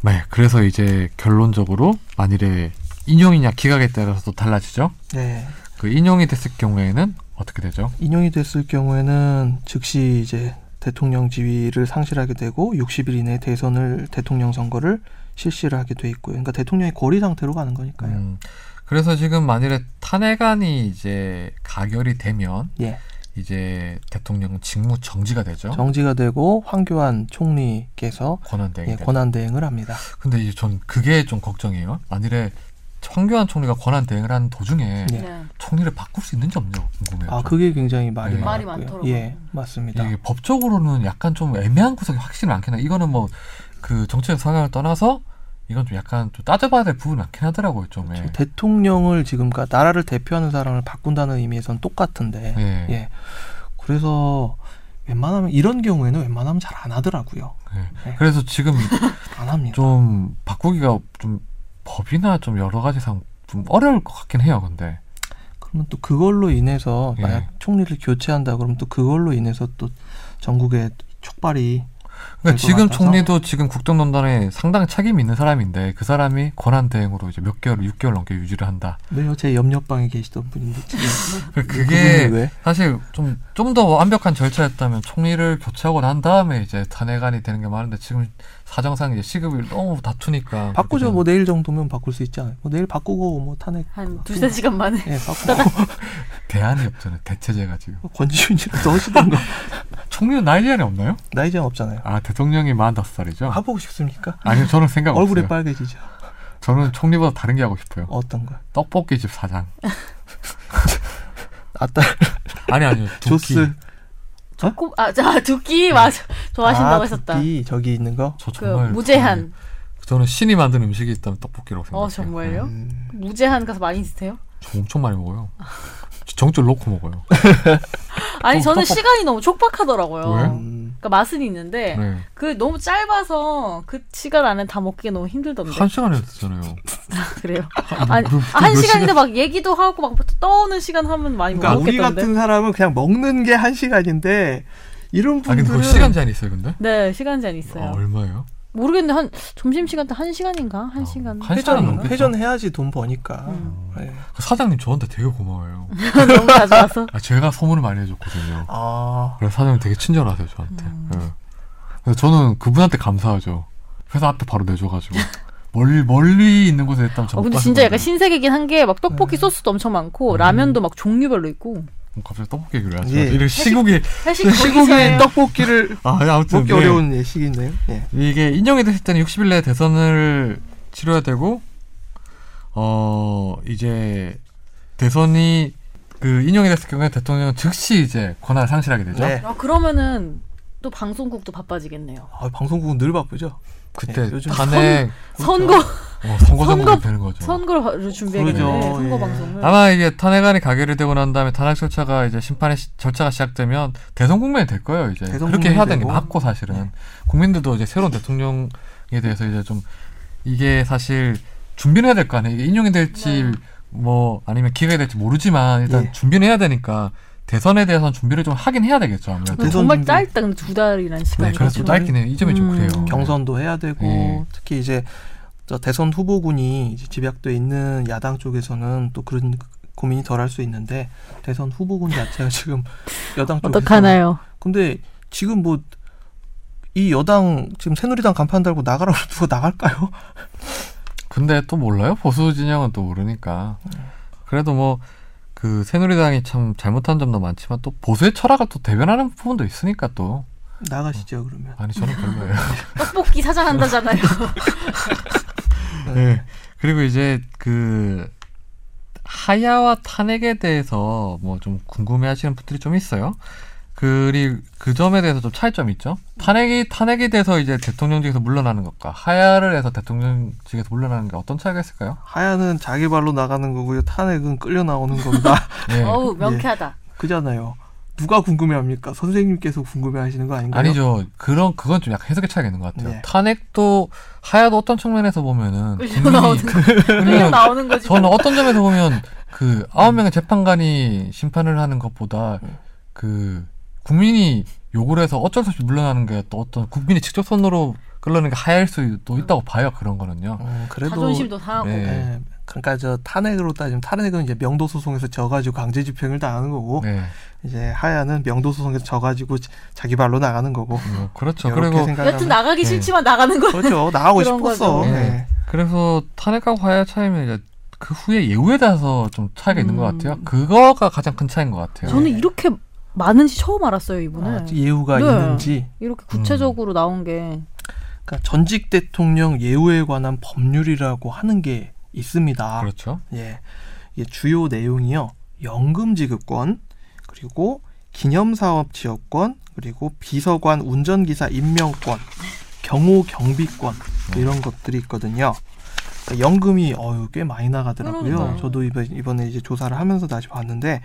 Speaker 1: 네, 그래서 이제 결론적으로 만일에 인용이냐 기각에 따라서도 달라지죠.
Speaker 2: 네.
Speaker 1: 그 인용이 됐을 경우에는 어떻게 되죠?
Speaker 2: 인용이 됐을 경우에는 즉시 이제 대통령 지위를 상실하게 되고 60일 이내 에 대선을 대통령 선거를 실시를 하게 돼 있고요. 그러니까 대통령이 고리 상태로 가는 거니까요.
Speaker 1: 음, 그래서 지금 만일에 탄핵안이 이제 가결이 되면
Speaker 2: 예.
Speaker 1: 이제 대통령 직무 정지가 되죠.
Speaker 2: 정지가 되고 황교안 총리께서
Speaker 1: 권한대행.
Speaker 2: 예,
Speaker 1: 이
Speaker 2: 권한 대행을 합니다.
Speaker 1: 근데 이제 전 그게 좀 걱정이에요. 만일에 황교안 총리가 권한대행을 하는 도중에
Speaker 2: 예.
Speaker 3: 네.
Speaker 1: 총리를 바꿀 수 있는지 없는지 궁금해요.
Speaker 2: 아
Speaker 1: 좀.
Speaker 2: 그게 굉장히 말이
Speaker 1: 네.
Speaker 2: 많았고요.
Speaker 3: 말이 많더라고요.
Speaker 2: 예, 맞습니다.
Speaker 1: 이게 법적으로는 약간 좀 애매한 구석이 확실히 많긴 해. 이거는 뭐 그 정치적 성향을 떠나서 이건 좀 약간 좀 따져봐야 될 부분이 많긴 하더라고요. 좀. 예.
Speaker 2: 지금 대통령을 지금 까 나라를 대표하는 사람을 바꾼다는 의미에선 똑같은데
Speaker 1: 예.
Speaker 2: 예. 그래서 웬만하면 이런 경우에는 웬만하면 잘 안 하더라고요.
Speaker 1: 예.
Speaker 2: 예.
Speaker 1: 그래서 지금
Speaker 2: 안 합니다.
Speaker 1: 좀 바꾸기가 좀 법이나 좀 여러 가지상 좀 어려울 것 같긴 해요. 근데
Speaker 2: 그러면 또 그걸로 인해서
Speaker 1: 예.
Speaker 2: 만약 총리를 교체한다 그러면 또 그걸로 인해서 또 전국에 촉발이
Speaker 1: 그러니까
Speaker 2: 될것
Speaker 1: 지금
Speaker 2: 같아서.
Speaker 1: 총리도 지금 국정농단에 상당히 책임 있는 사람인데 그 사람이 권한 대행으로 이제 몇 개월, 6개월 넘게 유지를 한다.
Speaker 2: 왜요? 제 옆옆방에 계시던 분인데 지금 뭐
Speaker 1: 그-
Speaker 2: 그분이
Speaker 1: 그게
Speaker 2: 왜?
Speaker 1: 사실 좀 좀 더 완벽한 절차였다면 총리를 교체하고 난 다음에 이제 탄핵안이 되는 게 많은데 지금 사정상 이제 시급이 너무 다투니까
Speaker 2: 바꾸죠.
Speaker 1: 그렇게
Speaker 2: 뭐 내일 정도면 바꿀 수 있지 않아요? 뭐 내일 바꾸고 뭐 탄핵
Speaker 3: 한 두세 시간 만에
Speaker 2: 예,
Speaker 1: [laughs]
Speaker 2: 바꾸고
Speaker 1: 되는 대안이 없잖아요. 대체제가 지금
Speaker 2: 권지윤이라도 하시던가
Speaker 1: 총리는 나이 제한이 없나요?
Speaker 2: 나이 제한 없잖아요.
Speaker 1: 아 대통령이 45살이죠.
Speaker 2: 하보고 싶습니까?
Speaker 1: 아니요 저는 생각
Speaker 2: 아, 얼굴이
Speaker 1: 없어요.
Speaker 2: 빨개지죠.
Speaker 1: 저는 총리보다 다른 게 하고 싶어요.
Speaker 2: 어떤 걸?
Speaker 1: 떡볶이 집 사장.
Speaker 2: 아따
Speaker 1: 아니
Speaker 2: [laughs]
Speaker 1: 아니요 두 끼.
Speaker 2: 조스
Speaker 3: 꼭- 아, 자, 두끼 맞아. 뭐 좋아하신다고
Speaker 2: 아,
Speaker 3: 했었다.
Speaker 2: 국기 저기 있는 거.
Speaker 1: 저
Speaker 3: 그
Speaker 1: 정말 네.
Speaker 3: 무제한.
Speaker 1: 저는 신이 만든 음식이 있다면 떡볶이라고 생각해요.
Speaker 3: 어, 정말요?
Speaker 1: 네.
Speaker 2: 음,
Speaker 3: 무제한 가서 많이 드세요?
Speaker 1: 저 엄청 많이 먹어요. [laughs] 정줄 놓고 먹어요.
Speaker 3: 아니, 저는
Speaker 2: 떡볶-
Speaker 3: 시간이 너무 촉박하더라고요.
Speaker 1: 왜?
Speaker 2: 음,
Speaker 3: 그러니까 맛은 있는데
Speaker 1: 네.
Speaker 3: 그 너무 짧아서 그 시간 안에 다 먹기가 너무 힘들던데.
Speaker 1: 한 시간에 드잖아요.
Speaker 2: [laughs]
Speaker 3: 그래요. 아니,
Speaker 1: 그- 그
Speaker 3: 한
Speaker 1: 몇
Speaker 3: 시간인데 막 얘기도 하고 막 떠오는 시간 하면 많이
Speaker 2: 그러니까
Speaker 3: 못
Speaker 2: 우리
Speaker 3: 먹겠던데.
Speaker 2: 같은 사람은 그냥 먹는 게 한 시간인데 이런
Speaker 1: 아 근데
Speaker 2: 분들은
Speaker 1: 그 시간 제한 이 있어요, 근데?
Speaker 3: 네, 시간
Speaker 1: 아,
Speaker 3: 제한 음, 있어요.
Speaker 1: 얼마예요?
Speaker 3: 모르겠는데 한 점심 시간 때 한 시간인가? 한
Speaker 2: 아,
Speaker 1: 어,
Speaker 3: 시간.
Speaker 1: 한 시간은
Speaker 2: 회전
Speaker 1: 넘겠죠.
Speaker 2: 회전해야지 돈 버니까.
Speaker 3: 음.
Speaker 2: 예.
Speaker 1: 그 사장님 저한테 되게 고마워요.
Speaker 2: [laughs]
Speaker 3: 너무 가져와서.
Speaker 1: 아, 제가 소문을 많이 해줬거든요.
Speaker 2: 아
Speaker 1: 그래서 사장님 되게 친절하세요 저한테.
Speaker 3: 음.
Speaker 1: 예. 그래서 저는 그분한테 감사하죠. 회사 앞에 바로 내줘가지고 멀리 멀리 있는 곳에 일단
Speaker 3: 어, 근데 진짜 약간 신세계긴 한 게 막
Speaker 2: 네.
Speaker 3: 떡볶이 소스도
Speaker 2: 음.
Speaker 3: 엄청 많고 라면도 막 종류별로 있고
Speaker 1: 갑자기 떡볶이 얘기를 하죠.
Speaker 2: 예.
Speaker 1: 이런 시국이
Speaker 3: 회식
Speaker 2: 그 시국이
Speaker 3: 거기서예요.
Speaker 2: 떡볶이를
Speaker 1: 아 아무튼
Speaker 2: 먹기
Speaker 1: 예.
Speaker 2: 어려운 예, 시기인데요. 예.
Speaker 1: 이게 인정이 됐을 때는 60일 내에 대선을 치러야 되고 어 이제 대선이 그 인용이 됐을 경우에 대통령은 즉시 이제 권한을 상실하게 되죠.
Speaker 2: 네.
Speaker 3: 아, 그러면은 또 방송국도 바빠지겠네요.
Speaker 2: 아, 방송국은 늘 바쁘죠.
Speaker 1: 그때
Speaker 2: 네, 요즘
Speaker 1: 탄핵
Speaker 3: 선거
Speaker 1: 어, 선거
Speaker 3: 선거-
Speaker 1: 선거 되는 거죠.
Speaker 3: 선거를 준비하겠네.
Speaker 2: 아. 그러죠,
Speaker 3: 선거
Speaker 2: 예.
Speaker 3: 방송을.
Speaker 1: 아마 이게 탄핵안이 가결이 되고 난 다음에 탄핵 절차가 이제 심판의 시- 절차가 시작되면 대선 국면이 될 거예요. 이제
Speaker 2: 대선
Speaker 1: 그렇게
Speaker 2: 국면이
Speaker 1: 해야 되는 게
Speaker 2: 되고. 네.
Speaker 1: 맞고 사실은 국민들도 이제 새로운 대통령에 대해서 이제 좀 이게 사실 준비는 해야 될 거 아니에요. 이게 인용이 될지 뭐 아니면 기회가 될지 모르지만 일단
Speaker 2: 예.
Speaker 1: 준비는 해야 되니까 대선에 대해서는 준비를 좀 하긴 해야 되겠죠. 아무래도.
Speaker 3: 근데
Speaker 2: 대선
Speaker 3: 정말
Speaker 2: 준비. 그렇죠.
Speaker 3: 짧다. 근데 두 달이란 시간이.
Speaker 1: 네, 그렇죠. 그래서 좀 짧긴 해요. 이 점이 좀
Speaker 3: 음.
Speaker 1: 그래요.
Speaker 2: 경선도 해야 되고
Speaker 1: 예.
Speaker 2: 특히 이제 저 대선 후보군이 이제 집약돼 있는 야당 쪽에서는 또 그런 [laughs] 고민이 덜 할 수 있는데 대선 후보군 자체가 지금 여당 쪽에서 [laughs]
Speaker 3: 어떡하나요?
Speaker 2: 근데 지금 뭐 이 여당 지금 새누리당 간판 달고 나가라고 누가 나갈까요? [laughs]
Speaker 1: 근데 또 몰라요. 보수 진영은 또 모르니까. 그래도 뭐 그 새누리당이 참 잘못한 점도 많지만 또 보수의 철학을 또 대변하는 부분도 있으니까 또
Speaker 2: 나가시죠 그러면.
Speaker 1: 아니 저는 별로예요.
Speaker 3: 떡볶이 사장한다잖아요.
Speaker 1: 네. 그리고 이제 그 하야와 탄핵에 대해서 뭐 좀 궁금해하시는 분들이 좀 있어요. 그리 그 점에 대해서 좀 차이점이 있죠. 탄핵이 탄핵에 대해서 이제 대통령직에서 물러나는 것과 하야를 해서 대통령직에서 물러나는 게 어떤 차이가 있을까요?
Speaker 2: 하야는 자기 발로 나가는 거고요. 탄핵은 끌려 나오는 겁니다. [laughs]
Speaker 1: 예.
Speaker 3: 어우 명쾌하다.
Speaker 2: 그잖아요. 누가 궁금해합니까? 선생님께서 궁금해하시는 거 아닌가요?
Speaker 1: 아니죠. 그런 그건 좀 약간 해석의 차이가 있는 것 같아요.
Speaker 2: 네.
Speaker 1: 탄핵도 하야도 어떤 측면에서 보면은
Speaker 3: 끌려 나오는 거.
Speaker 2: 네.
Speaker 3: 끌려
Speaker 1: [laughs] 그러면
Speaker 3: 나오는 거지.
Speaker 1: 저는 어떤 점에서 보면 그 아홉
Speaker 2: 음.
Speaker 1: 명의 재판관이 심판을 하는 것보다 그 국민이 요구를 해서 어쩔 수 없이 물러나는 게 또 어떤 국민이 직접선으로 끌려는 게 하야일 수도 있다고 봐요. 그런 거는요.
Speaker 2: 음, 그래도
Speaker 3: 자존심도 상하고.
Speaker 1: 네.
Speaker 2: 예. 그러니까 저 탄핵으로 따지면 탄핵은 이제 명도 소송에서 져가지고 강제 집행을 당하는 거고
Speaker 1: 네.
Speaker 2: 이제 하야는 명도 소송에서 져가지고 자- 자기 발로 나가는 거고.
Speaker 1: 뭐 그렇죠.
Speaker 2: 이렇게
Speaker 1: 그리고
Speaker 2: 생각하면-
Speaker 3: 여튼 나가기
Speaker 1: 네.
Speaker 3: 싫지만 나가는 거.
Speaker 2: 그렇죠. 나가고
Speaker 3: 그런
Speaker 2: 싶었어.
Speaker 3: 거죠.
Speaker 1: 예.
Speaker 2: 예.
Speaker 1: 그래서 탄핵하고 하야 차이면 이제 그 후에 예우에 대해서 좀 차이가 있는 것
Speaker 3: 음.
Speaker 1: 같아요. 그거가 가장 큰 차이인 것 같아요.
Speaker 3: 저는 이렇게 많은지 처음 알았어요 이분은.
Speaker 2: 네. 아, 음. 예우가
Speaker 3: 네.
Speaker 2: 있는지.
Speaker 3: 이렇게 구체적으로 나온 게.
Speaker 2: 그러니까 전직 대통령 예우에 관한 법률이라고 하는 게 있습니다.
Speaker 1: 그렇죠.
Speaker 2: 예. 이게 주요 내용이요. 연금 지급권, 그리고 기념사업 지역권, 그리고 비서관 운전기사 임명권, 경호 경비권 이런 것들이 있거든요. 그러니까 연금이 어유 꽤 많이 나가더라고요.
Speaker 3: 그러니까요.
Speaker 2: 저도 이번 이번에 이제 조사를 하면서 다시 봤는데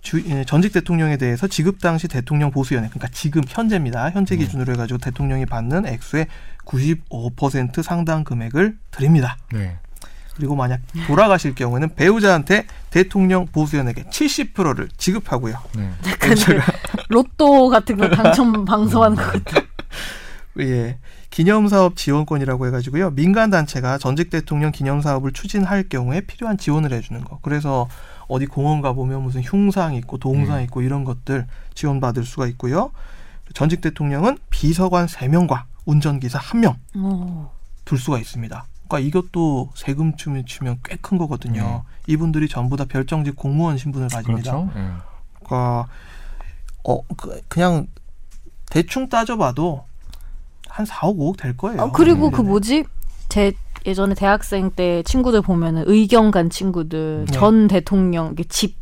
Speaker 2: 주, 예, 전직 대통령에 대해서 지급 당시 대통령 보수연회 그러니까 지금 현재입니다. 현재
Speaker 1: 네.
Speaker 2: 기준으로 해가지고 대통령이 받는 액수의 95% 상당 금액을 드립니다.
Speaker 1: 네.
Speaker 2: 그리고 만약 돌아가실 경우에는 배우자한테 대통령 보수연에게 70%를 지급하고요.
Speaker 1: 네.
Speaker 2: 음.
Speaker 3: 약간 그 로또 같은
Speaker 2: [laughs]
Speaker 3: 거 당첨 방송하는 거 같아.
Speaker 2: 예. 기념사업 지원권이라고 해가지고요. 민간단체가 전직 대통령 기념사업을 추진할 경우에 필요한 지원을 해주는 거. 그래서 어디 공원 가보면 무슨 흉상 있고 동상
Speaker 1: 음.
Speaker 2: 있고 이런 것들 지원받을 수가 있고요. 전직 대통령은 비서관 3명과 운전기사 1명
Speaker 3: 어.
Speaker 2: 둘 수가 있습니다. 그러니까 이것도 세금 치면 치면 꽤 큰 거거든요. 이분들이 전부 다 별정직 공무원 신분을 가집니다.
Speaker 1: 그렇죠. 예.
Speaker 2: 그러니까 어 그, 냥 대충 따져봐도 한 4, 5억 될 거예요.
Speaker 3: 아, 그리고
Speaker 2: 네.
Speaker 3: 그 뭐지? 제 예전에 대학생 때 친구들 보면은 의경간 친구들
Speaker 2: 네.
Speaker 3: 전 대통령 이렇게 집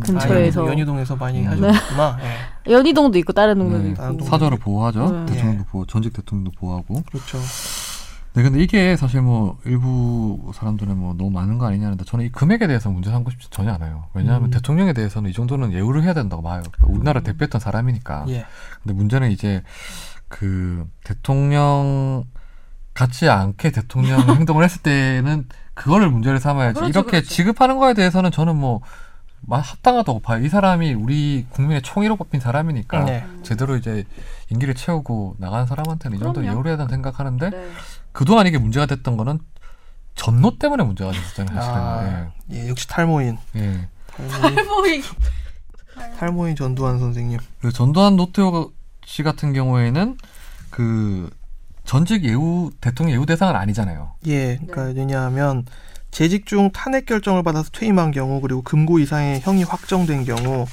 Speaker 2: 아,
Speaker 3: 근처에서. 네.
Speaker 2: 연희- 연희동에서 많이
Speaker 1: 음.
Speaker 2: 하셨구나. 예.
Speaker 3: 연희동도 있고 다른 동네도
Speaker 1: 네.
Speaker 2: 다른
Speaker 3: 있고.
Speaker 2: 동네.
Speaker 1: 사저를 보호하죠.
Speaker 3: 네.
Speaker 1: 대통령도 보호, 전직 대통령도 보호하고.
Speaker 2: 그렇죠.
Speaker 1: 네, 근데 이게 사실 뭐 일부 사람들은 뭐 너무 많은 거 아니냐는데 저는 이 금액에 대해서 문제 삼고 싶지 전혀 않아요. 왜냐하면
Speaker 2: 음.
Speaker 1: 대통령에 대해서는 이 정도는 예우를 해야 된다고 봐요.
Speaker 3: 음.
Speaker 1: 우리나라 대표했던
Speaker 3: 아,
Speaker 1: 사람이니까.
Speaker 2: 예.
Speaker 1: 근데 문제는 이제 그 대통령 같지 않게
Speaker 3: [laughs]
Speaker 1: 대통령 행동을 했을 때는 그거를 문제를 삼아야지.
Speaker 3: 그렇죠,
Speaker 1: 이렇게
Speaker 3: 그렇죠.
Speaker 1: 지급하는 거에 대해서는 저는 뭐 마- 합당하다고 봐요. 이 사람이 우리 국민의 총리로 뽑힌 사람이니까
Speaker 3: 그러니까.
Speaker 2: 네.
Speaker 1: 제대로 이제 임기를 채우고 나간 사람한테는 이 정도
Speaker 3: 그럼요.
Speaker 1: 예우를 해야 된다고 생각하는데
Speaker 3: 네.
Speaker 1: 그동안 이게 문제가 됐던 거는 전노 때문에 문제가 됐었잖아요, 사실은.
Speaker 2: 아, 예, 역시 탈모인.
Speaker 1: 예. 예.
Speaker 3: [laughs]
Speaker 2: 탈모인,
Speaker 3: 탈모인.
Speaker 2: 탈모인 전두환 선생님.
Speaker 1: 그 전두환 노태우 씨 같은 경우에는 그 전직 예우 대통령 예우 대상은 아니잖아요.
Speaker 2: 예.
Speaker 3: 네.
Speaker 2: 그러니까 왜냐하면 재직 중 탄핵 결정을 받아서 퇴임한 경우 그리고 금고 이상의 형이 확정된 경우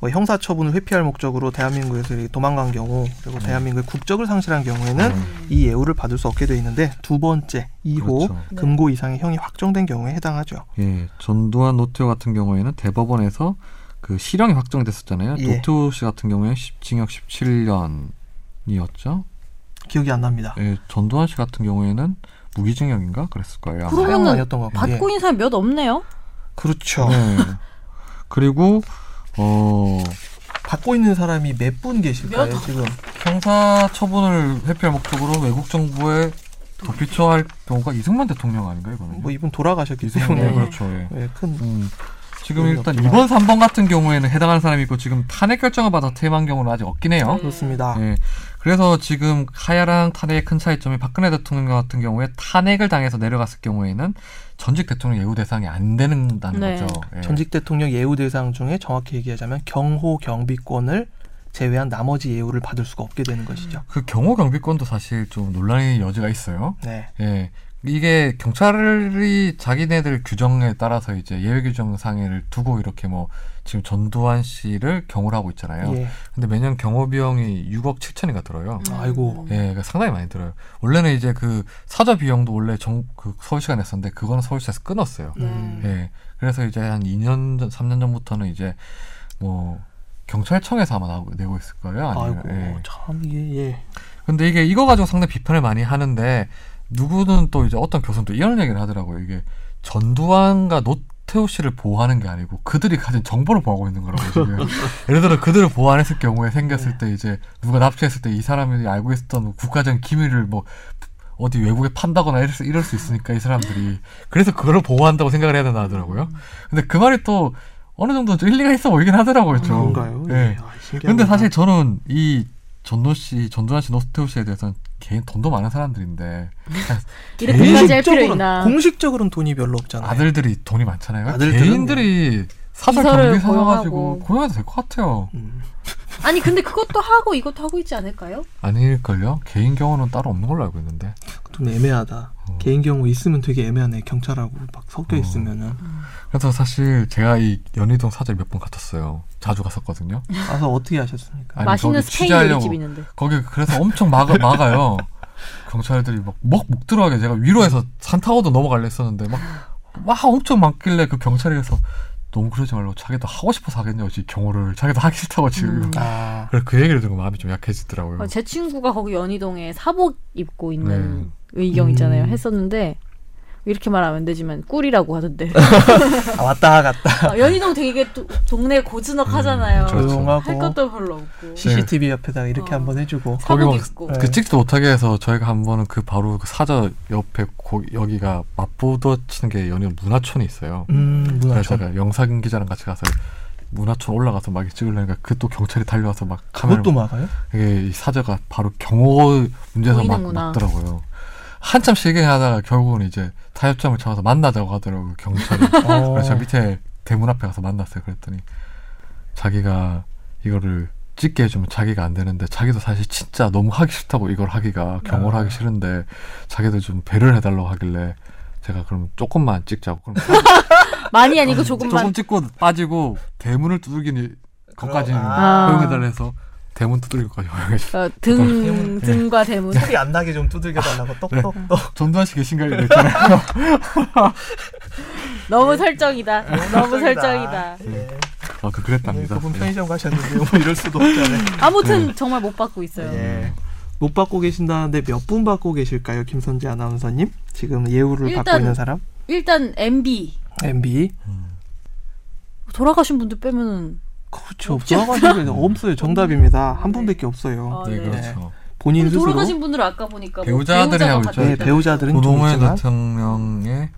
Speaker 2: 뭐 형사 처분을 회피할 목적으로 대한민국에서 이렇게 도망간 경우
Speaker 3: 음.
Speaker 2: 그리고 대한민국의 국적을 상실한 경우에는 이 예우를 받을 수 없게 돼 있는데 두 번째 2호
Speaker 1: 네. 그렇죠.
Speaker 3: 네.
Speaker 2: 금고 이상의 형이 확정된 경우에 해당하죠.
Speaker 1: 예, 전두환 노태우 같은 경우에는 대법원에서 그 실형이 확정됐었잖아요.
Speaker 2: 예.
Speaker 1: 노태우 씨 같은 경우에는 10, 징역 17년이었죠.
Speaker 2: 기억이 안 납니다.
Speaker 1: 예, 전두환 씨 같은 경우에는 무기징역인가 그랬을 거예요. 아마.
Speaker 3: 그럼- 그러면은
Speaker 2: 사형은 아니었던 것 같고.
Speaker 3: 받고
Speaker 2: 예.
Speaker 3: 있는 사람 몇 없네요.
Speaker 2: 그렇죠.
Speaker 1: 네. 그리고 어
Speaker 2: 받고 있는 사람이 몇 분 계실까요
Speaker 3: 몇
Speaker 2: 지금?
Speaker 1: 형사 처분을 회피할 목적으로 외국 정부에 도피처할 경우가 이승만 대통령 아닌가요, 이거는?
Speaker 2: 뭐 이분 돌아가셨기
Speaker 1: 이승만
Speaker 2: 때문에
Speaker 1: 네, 그렇죠. 예.
Speaker 2: 예, 큰
Speaker 1: 음, 지금
Speaker 2: 의미
Speaker 1: 일단 2번,
Speaker 2: 없지만.
Speaker 1: 3번 같은 경우에는 해당하는 사람이 있고 지금 탄핵 결정을 받아 퇴임한 경우는 아직 없긴 해요.
Speaker 2: 네. 그렇습니다.
Speaker 1: 예. 그래서 지금 하야랑 탄핵의 큰 차이점이 박근혜 대통령 같은 경우에 탄핵을 당해서 내려갔을 경우에는 전직 대통령 예우 대상이 안 되는다는
Speaker 3: 네.
Speaker 1: 거죠. 예.
Speaker 2: 전직 대통령 예우 대상 중에 정확히 얘기하자면 경호 경비권을 제외한 나머지 예우를 받을 수가 없게 되는 것이죠.
Speaker 1: 그 경호 경비권도 사실 좀 논란의 여지가 있어요.
Speaker 2: 네.
Speaker 1: 예. 이게 경찰이 자기네들 규정에 따라서 이제 예외 규정 상해를 두고 이렇게 뭐 지금 전두환 씨를 경호를 하고 네. 있잖아요.
Speaker 2: 예.
Speaker 1: 근데 매년 경호 비용이 6억 7천인가 들어요.
Speaker 3: 음.
Speaker 2: 아이고.
Speaker 1: 예, 그러니까 상당히 많이 들어요. 원래는 이제 그 사저 비용도 원래 정, 그 서울시가 냈었는데 그거는 서울시에서 끊었어요.
Speaker 4: 네.
Speaker 2: 음.
Speaker 1: 예. 그래서 이제 한 2년 전, 3년 전부터는 이제 뭐 경찰청에서 아마 나고, 내고 있을 거예요. 아니면,
Speaker 2: 아이고
Speaker 1: 예.
Speaker 2: 참 이게 예.
Speaker 1: 근데 이게 이거 가지고 상당히 비판을 많이 하는데 누구는 또 이제 어떤 교수는 또 이런 얘기를 하더라고요. 이게 전두환과 노태우 씨를 보호하는 게 아니고 그들이 가진 정보를 보호하고 있는 거라고 지금.
Speaker 2: [laughs]
Speaker 1: 예를 들어 그들을 보호 안 했을 경우에 생겼을
Speaker 2: 네.
Speaker 1: 때 이제 누가 납치했을 때 이 사람이 알고 있었던 국가적인 기밀을 뭐 어디 외국에 판다거나 이럴 수, 이럴 수 있으니까 이 사람들이 그래서 그걸 보호한다고 생각을 해야 되나 하더라고요.
Speaker 2: 음.
Speaker 1: 근데 그 말이 또 어느 정도 좀 일리가 있어 보이긴 하더라고요. 좀.
Speaker 2: 그런가요?
Speaker 1: 예.
Speaker 2: 예. 아, 신기합니다.
Speaker 1: 근데 사실 저는 이 전노 씨, 전두환 씨, 노스테우 씨에 대해서는 개인 돈도 많은 사람들인데
Speaker 2: 네.
Speaker 3: 이렇게까지 할 필요 있나?
Speaker 2: 공식적으로는 돈이 별로 없잖아요. 네.
Speaker 1: 아들들이 돈이 많잖아요.
Speaker 2: 아들들은 네.
Speaker 1: 개인들이 사설
Speaker 3: 기사를
Speaker 1: 경비 사가지고
Speaker 3: 고용하고.
Speaker 1: 고용해도 될 것 같아요.
Speaker 2: 음.
Speaker 4: 아니 근데 그것도 하고 이것도 하고 있지 않을까요?
Speaker 1: 아닐걸요? 개인 경우는 따로 없는 걸로 알고 있는데.
Speaker 2: 좀 애매하다.
Speaker 1: 어.
Speaker 2: 개인 경우 있으면 되게 애매하네. 경찰하고 막 섞여
Speaker 1: 어.
Speaker 2: 있으면은
Speaker 1: 그래서 사실 제가 이 연희동 사절 몇 번 갔었어요. 자주 갔었거든요.
Speaker 2: 가서 어떻게 하셨습니까?
Speaker 1: 아니,
Speaker 3: 맛있는
Speaker 1: 저기
Speaker 3: 스페인
Speaker 1: 취재하려고.
Speaker 3: 요리집 있는데.
Speaker 1: 거기 그래서 엄청 막아, 막아요. 경찰들이 막 먹목 들어가게 제가 위로해서 산 타고도 넘어갈려 했었는데 막 막 엄청 막길래 그 경찰에서 너무 그러지 말고 자기도 하고 싶어서 하겠냐고 지금 경호를 자기도 하기 싫다고 지금
Speaker 3: 음.
Speaker 2: 아,
Speaker 1: 그래서 그 얘기를 들으면 마음이 좀 약해지더라고요.
Speaker 3: 어, 제 친구가 거기 연희동에 사복 입고
Speaker 1: 네.
Speaker 3: 있는 의경 있잖아요.
Speaker 2: 음.
Speaker 3: 했었는데 이렇게 말하면 안 되지만
Speaker 1: [laughs]
Speaker 3: 꿀이라고 하던데.
Speaker 2: 아 왔다 갔다
Speaker 3: 아, 연희동 되게 또- 동네 고즈넉 하잖아요.
Speaker 1: 음, 그렇죠.
Speaker 3: 할
Speaker 2: 조용하고
Speaker 3: 것도 별로 없고.
Speaker 2: CCTV 옆에다 이렇게
Speaker 3: 어.
Speaker 2: 한번 해주고
Speaker 1: 거기
Speaker 3: 사복
Speaker 1: 막
Speaker 3: 입고.
Speaker 2: 네.
Speaker 1: 그 찍지도 못하게 해서 저희가 한 번은 그 바로 그 사저 옆에 고, 여기가 맞부딪히는 게 연인 문화촌이 있어요.
Speaker 2: 음
Speaker 1: 그래서
Speaker 2: 문화촌
Speaker 1: 제가 영상 기자랑 같이 가서 문화촌 올라가서 막 찍으려니까 그 또 경찰이 달려와서 막 카메라 뭐. [laughs]
Speaker 2: 그것도 막아요?
Speaker 1: 이게 이 사자가 바로 경호 문제에서 막
Speaker 3: 보이는구나.
Speaker 1: 막더라고요. 한참 실갱하다가 결국은 이제 타협점을 찾아서 만나자고 하더라고요
Speaker 3: [laughs]
Speaker 1: 경찰이.
Speaker 2: 어.
Speaker 1: 그래서 제가 밑에 대문 앞에 가서 만났어요. 그랬더니 자기가 이거를 찍게 해주면 자기가 안 되는데 자기도 사실 진짜 너무 하기 싫다고 이걸 하기가 경호를
Speaker 2: 아.
Speaker 1: 하기 싫은데 자기도 좀 배려를 해달라고 하길래 제가 그럼 조금만 찍자고 그럼
Speaker 3: 많이 [laughs] 아니고
Speaker 1: 조금
Speaker 3: 조금만.
Speaker 1: 찍고 빠지고 대문을 두들기는 것까지는
Speaker 2: 그럼,
Speaker 3: 아.
Speaker 1: 허용해달라 해서 대문 두들기까지 허용해
Speaker 3: 어, 등
Speaker 1: 네.
Speaker 3: 등과 대문.
Speaker 2: 소리 안 나게 좀 두들겨 달라고 똑똑똑
Speaker 1: 전두환 씨 계신가요?
Speaker 2: [laughs]
Speaker 1: 이랬잖아요.
Speaker 3: 너무 설정이다.
Speaker 1: 네.
Speaker 3: 네. 너무 설정이다. 네,
Speaker 2: 예.
Speaker 1: 아, 그 그랬답니다.
Speaker 2: 네. 그분
Speaker 1: 예.
Speaker 2: 편의점 가셨는데 뭐 이럴 수도 없잖아요.
Speaker 3: 아무튼 정말 못 받고
Speaker 1: 음.
Speaker 3: 있어요.
Speaker 1: 네.
Speaker 2: 예. 못 받고 계신다는데 몇 분 받고 계실까요, 김선재 아나운서님? 지금 예우를 받고
Speaker 3: 일단-
Speaker 2: 있는 사람?
Speaker 3: 일단 MB
Speaker 2: MB.
Speaker 3: 돌아가신 분들 빼면은
Speaker 2: 그렇죠.
Speaker 4: [laughs]
Speaker 2: 돌아가시고 없어요. 정답입니다. 한 분밖에 없어요.
Speaker 3: 아,
Speaker 1: 네, 그렇죠.
Speaker 2: 본인 스스로
Speaker 4: 돌아가신 분들 아까 보니까 뭐
Speaker 1: 배우자들이
Speaker 4: 배우자가
Speaker 1: 하고
Speaker 4: 받-
Speaker 1: 있죠.
Speaker 2: 네, 배우자들은 좀
Speaker 1: 노무현
Speaker 2: 있지만
Speaker 1: 대통령의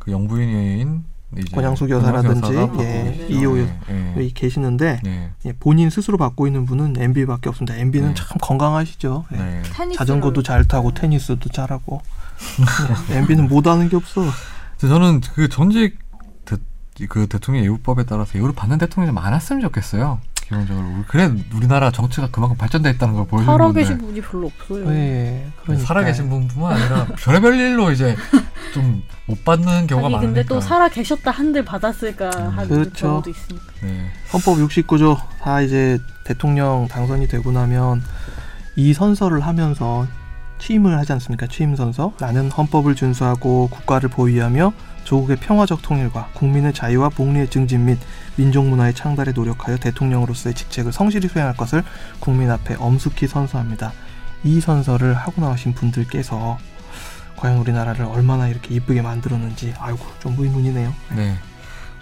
Speaker 1: 그 영부인인 이제
Speaker 2: 권양숙
Speaker 1: 권양숙
Speaker 2: 여사라든지,
Speaker 1: 여사가 뭐
Speaker 2: 예,
Speaker 1: 받고 계시죠.
Speaker 2: 이호 여-
Speaker 1: 예, 예.
Speaker 2: 여기 계시는데
Speaker 1: 네.
Speaker 2: 예, 본인 스스로 받고 있는 분은 MB밖에 없습니다. MB는
Speaker 1: 네.
Speaker 2: 참 건강하시죠. 예.
Speaker 1: 네.
Speaker 4: 테니스를-
Speaker 2: 자전거도 잘 타고 테니스도
Speaker 1: [laughs]
Speaker 2: 잘하고 MB는 못하는 게 없어.
Speaker 1: 그래서 저는 그 전직 대, 그 대통령 예우법에 따라서 예우를 받는 대통령이 많았으면 좋겠어요. 기본적으로 우리- 그래 우리나라 정치가 그만큼 발전돼 있다는 걸 보여주는 건데 네,
Speaker 3: 살아계신 분이 별로
Speaker 4: 네.
Speaker 3: 없어요.
Speaker 2: 예, 그러니까.
Speaker 1: 살아계신 분뿐만 아니라 별의별 일로 이제 좀 못 받는 경우가
Speaker 3: 아니 근데
Speaker 1: 많으니까
Speaker 3: 또 살아 계셨다 한들 받았을까 하는
Speaker 2: 그렇죠.
Speaker 3: 경우도 있으니까.
Speaker 1: 네.
Speaker 2: 헌법 69조 다 이제 대통령 당선이 되고 나면 이 선서를 하면서 취임을 하지 않습니까? 취임 선서. 나는 헌법을 준수하고 국가를 보위하며 조국의 평화적 통일과 국민의 자유와 복리의 증진 및 민족 문화의 창달에 노력하여 대통령으로서의 직책을 성실히 수행할 것을 국민 앞에 엄숙히 선서합니다. 이 선서를 하고 나오신 분들께서 과연 우리나라를 얼마나 이렇게 이쁘게 만들었는지 아이고 좀 의문이네요.
Speaker 1: 네.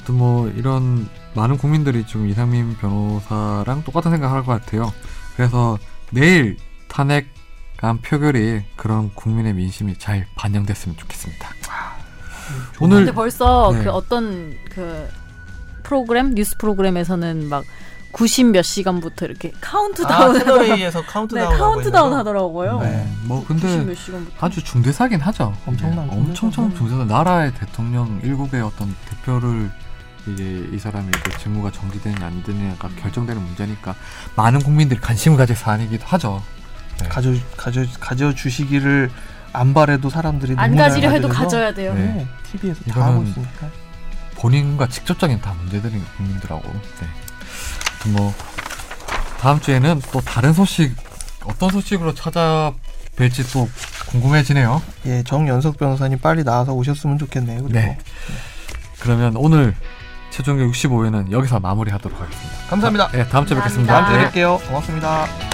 Speaker 1: 또 뭐 이런 많은 국민들이 지금 이상민 변호사랑 똑같은 생각을 할 것 같아요. 그래서 내일 탄핵안 표결이 그런 국민의 민심이 잘 반영됐으면 좋겠습니다.
Speaker 2: 아,
Speaker 3: 근데
Speaker 1: 오늘
Speaker 3: 벌써
Speaker 1: 네.
Speaker 3: 그 어떤 그 프로그램 뉴스 프로그램에서는 막 90 몇 시간부터 이렇게 카운트다운 하더라고요.
Speaker 2: 아, 카운트다운에서
Speaker 3: [laughs] 네,
Speaker 2: 카운트다운
Speaker 3: 카운트다운 하더라고요.
Speaker 2: 네.
Speaker 1: 뭐
Speaker 3: 90
Speaker 1: 근데
Speaker 3: 몇 시간부터.
Speaker 1: 아주 중대사긴 하죠.
Speaker 2: 엄청난
Speaker 1: 예, 엄청
Speaker 2: 중대사죠.
Speaker 1: 청 중대사. 나라의 대통령 일국의 어떤 대표를 이게 이 사람이 그 직무가 정지되느냐 안 되느냐가 결정되는 문제니까 많은 국민들이 관심을 가질 사안이기도 하죠. 네.
Speaker 2: 가져 가져 가져 주시기를 안 바래도 사람들이
Speaker 3: 안
Speaker 2: 너무나
Speaker 3: 가지려 해도
Speaker 2: 가져서
Speaker 3: 가져야 돼요.
Speaker 1: 네.
Speaker 2: 네, TV에서 다
Speaker 1: 이거는-
Speaker 2: 하고 있으니까
Speaker 1: 본인과 직접적인 다 문제들인 국민들하고. 네. 아무튼 뭐 다음 주에는 또 다른 소식 어떤 소식으로 찾아뵐지 또 궁금해지네요.
Speaker 2: 예 정연석 변호사님 빨리 나와서 오셨으면 좋겠네요. 그리고
Speaker 1: 네. 그러면 오늘 최종의 65회는 여기서 마무리하도록 하겠습니다.
Speaker 2: 감사합니다.
Speaker 1: 네, 다음 주에
Speaker 3: 감사합니다.
Speaker 1: 뵙겠습니다.
Speaker 2: 다음 주에
Speaker 3: 네.
Speaker 2: 뵐게요. 고맙습니다.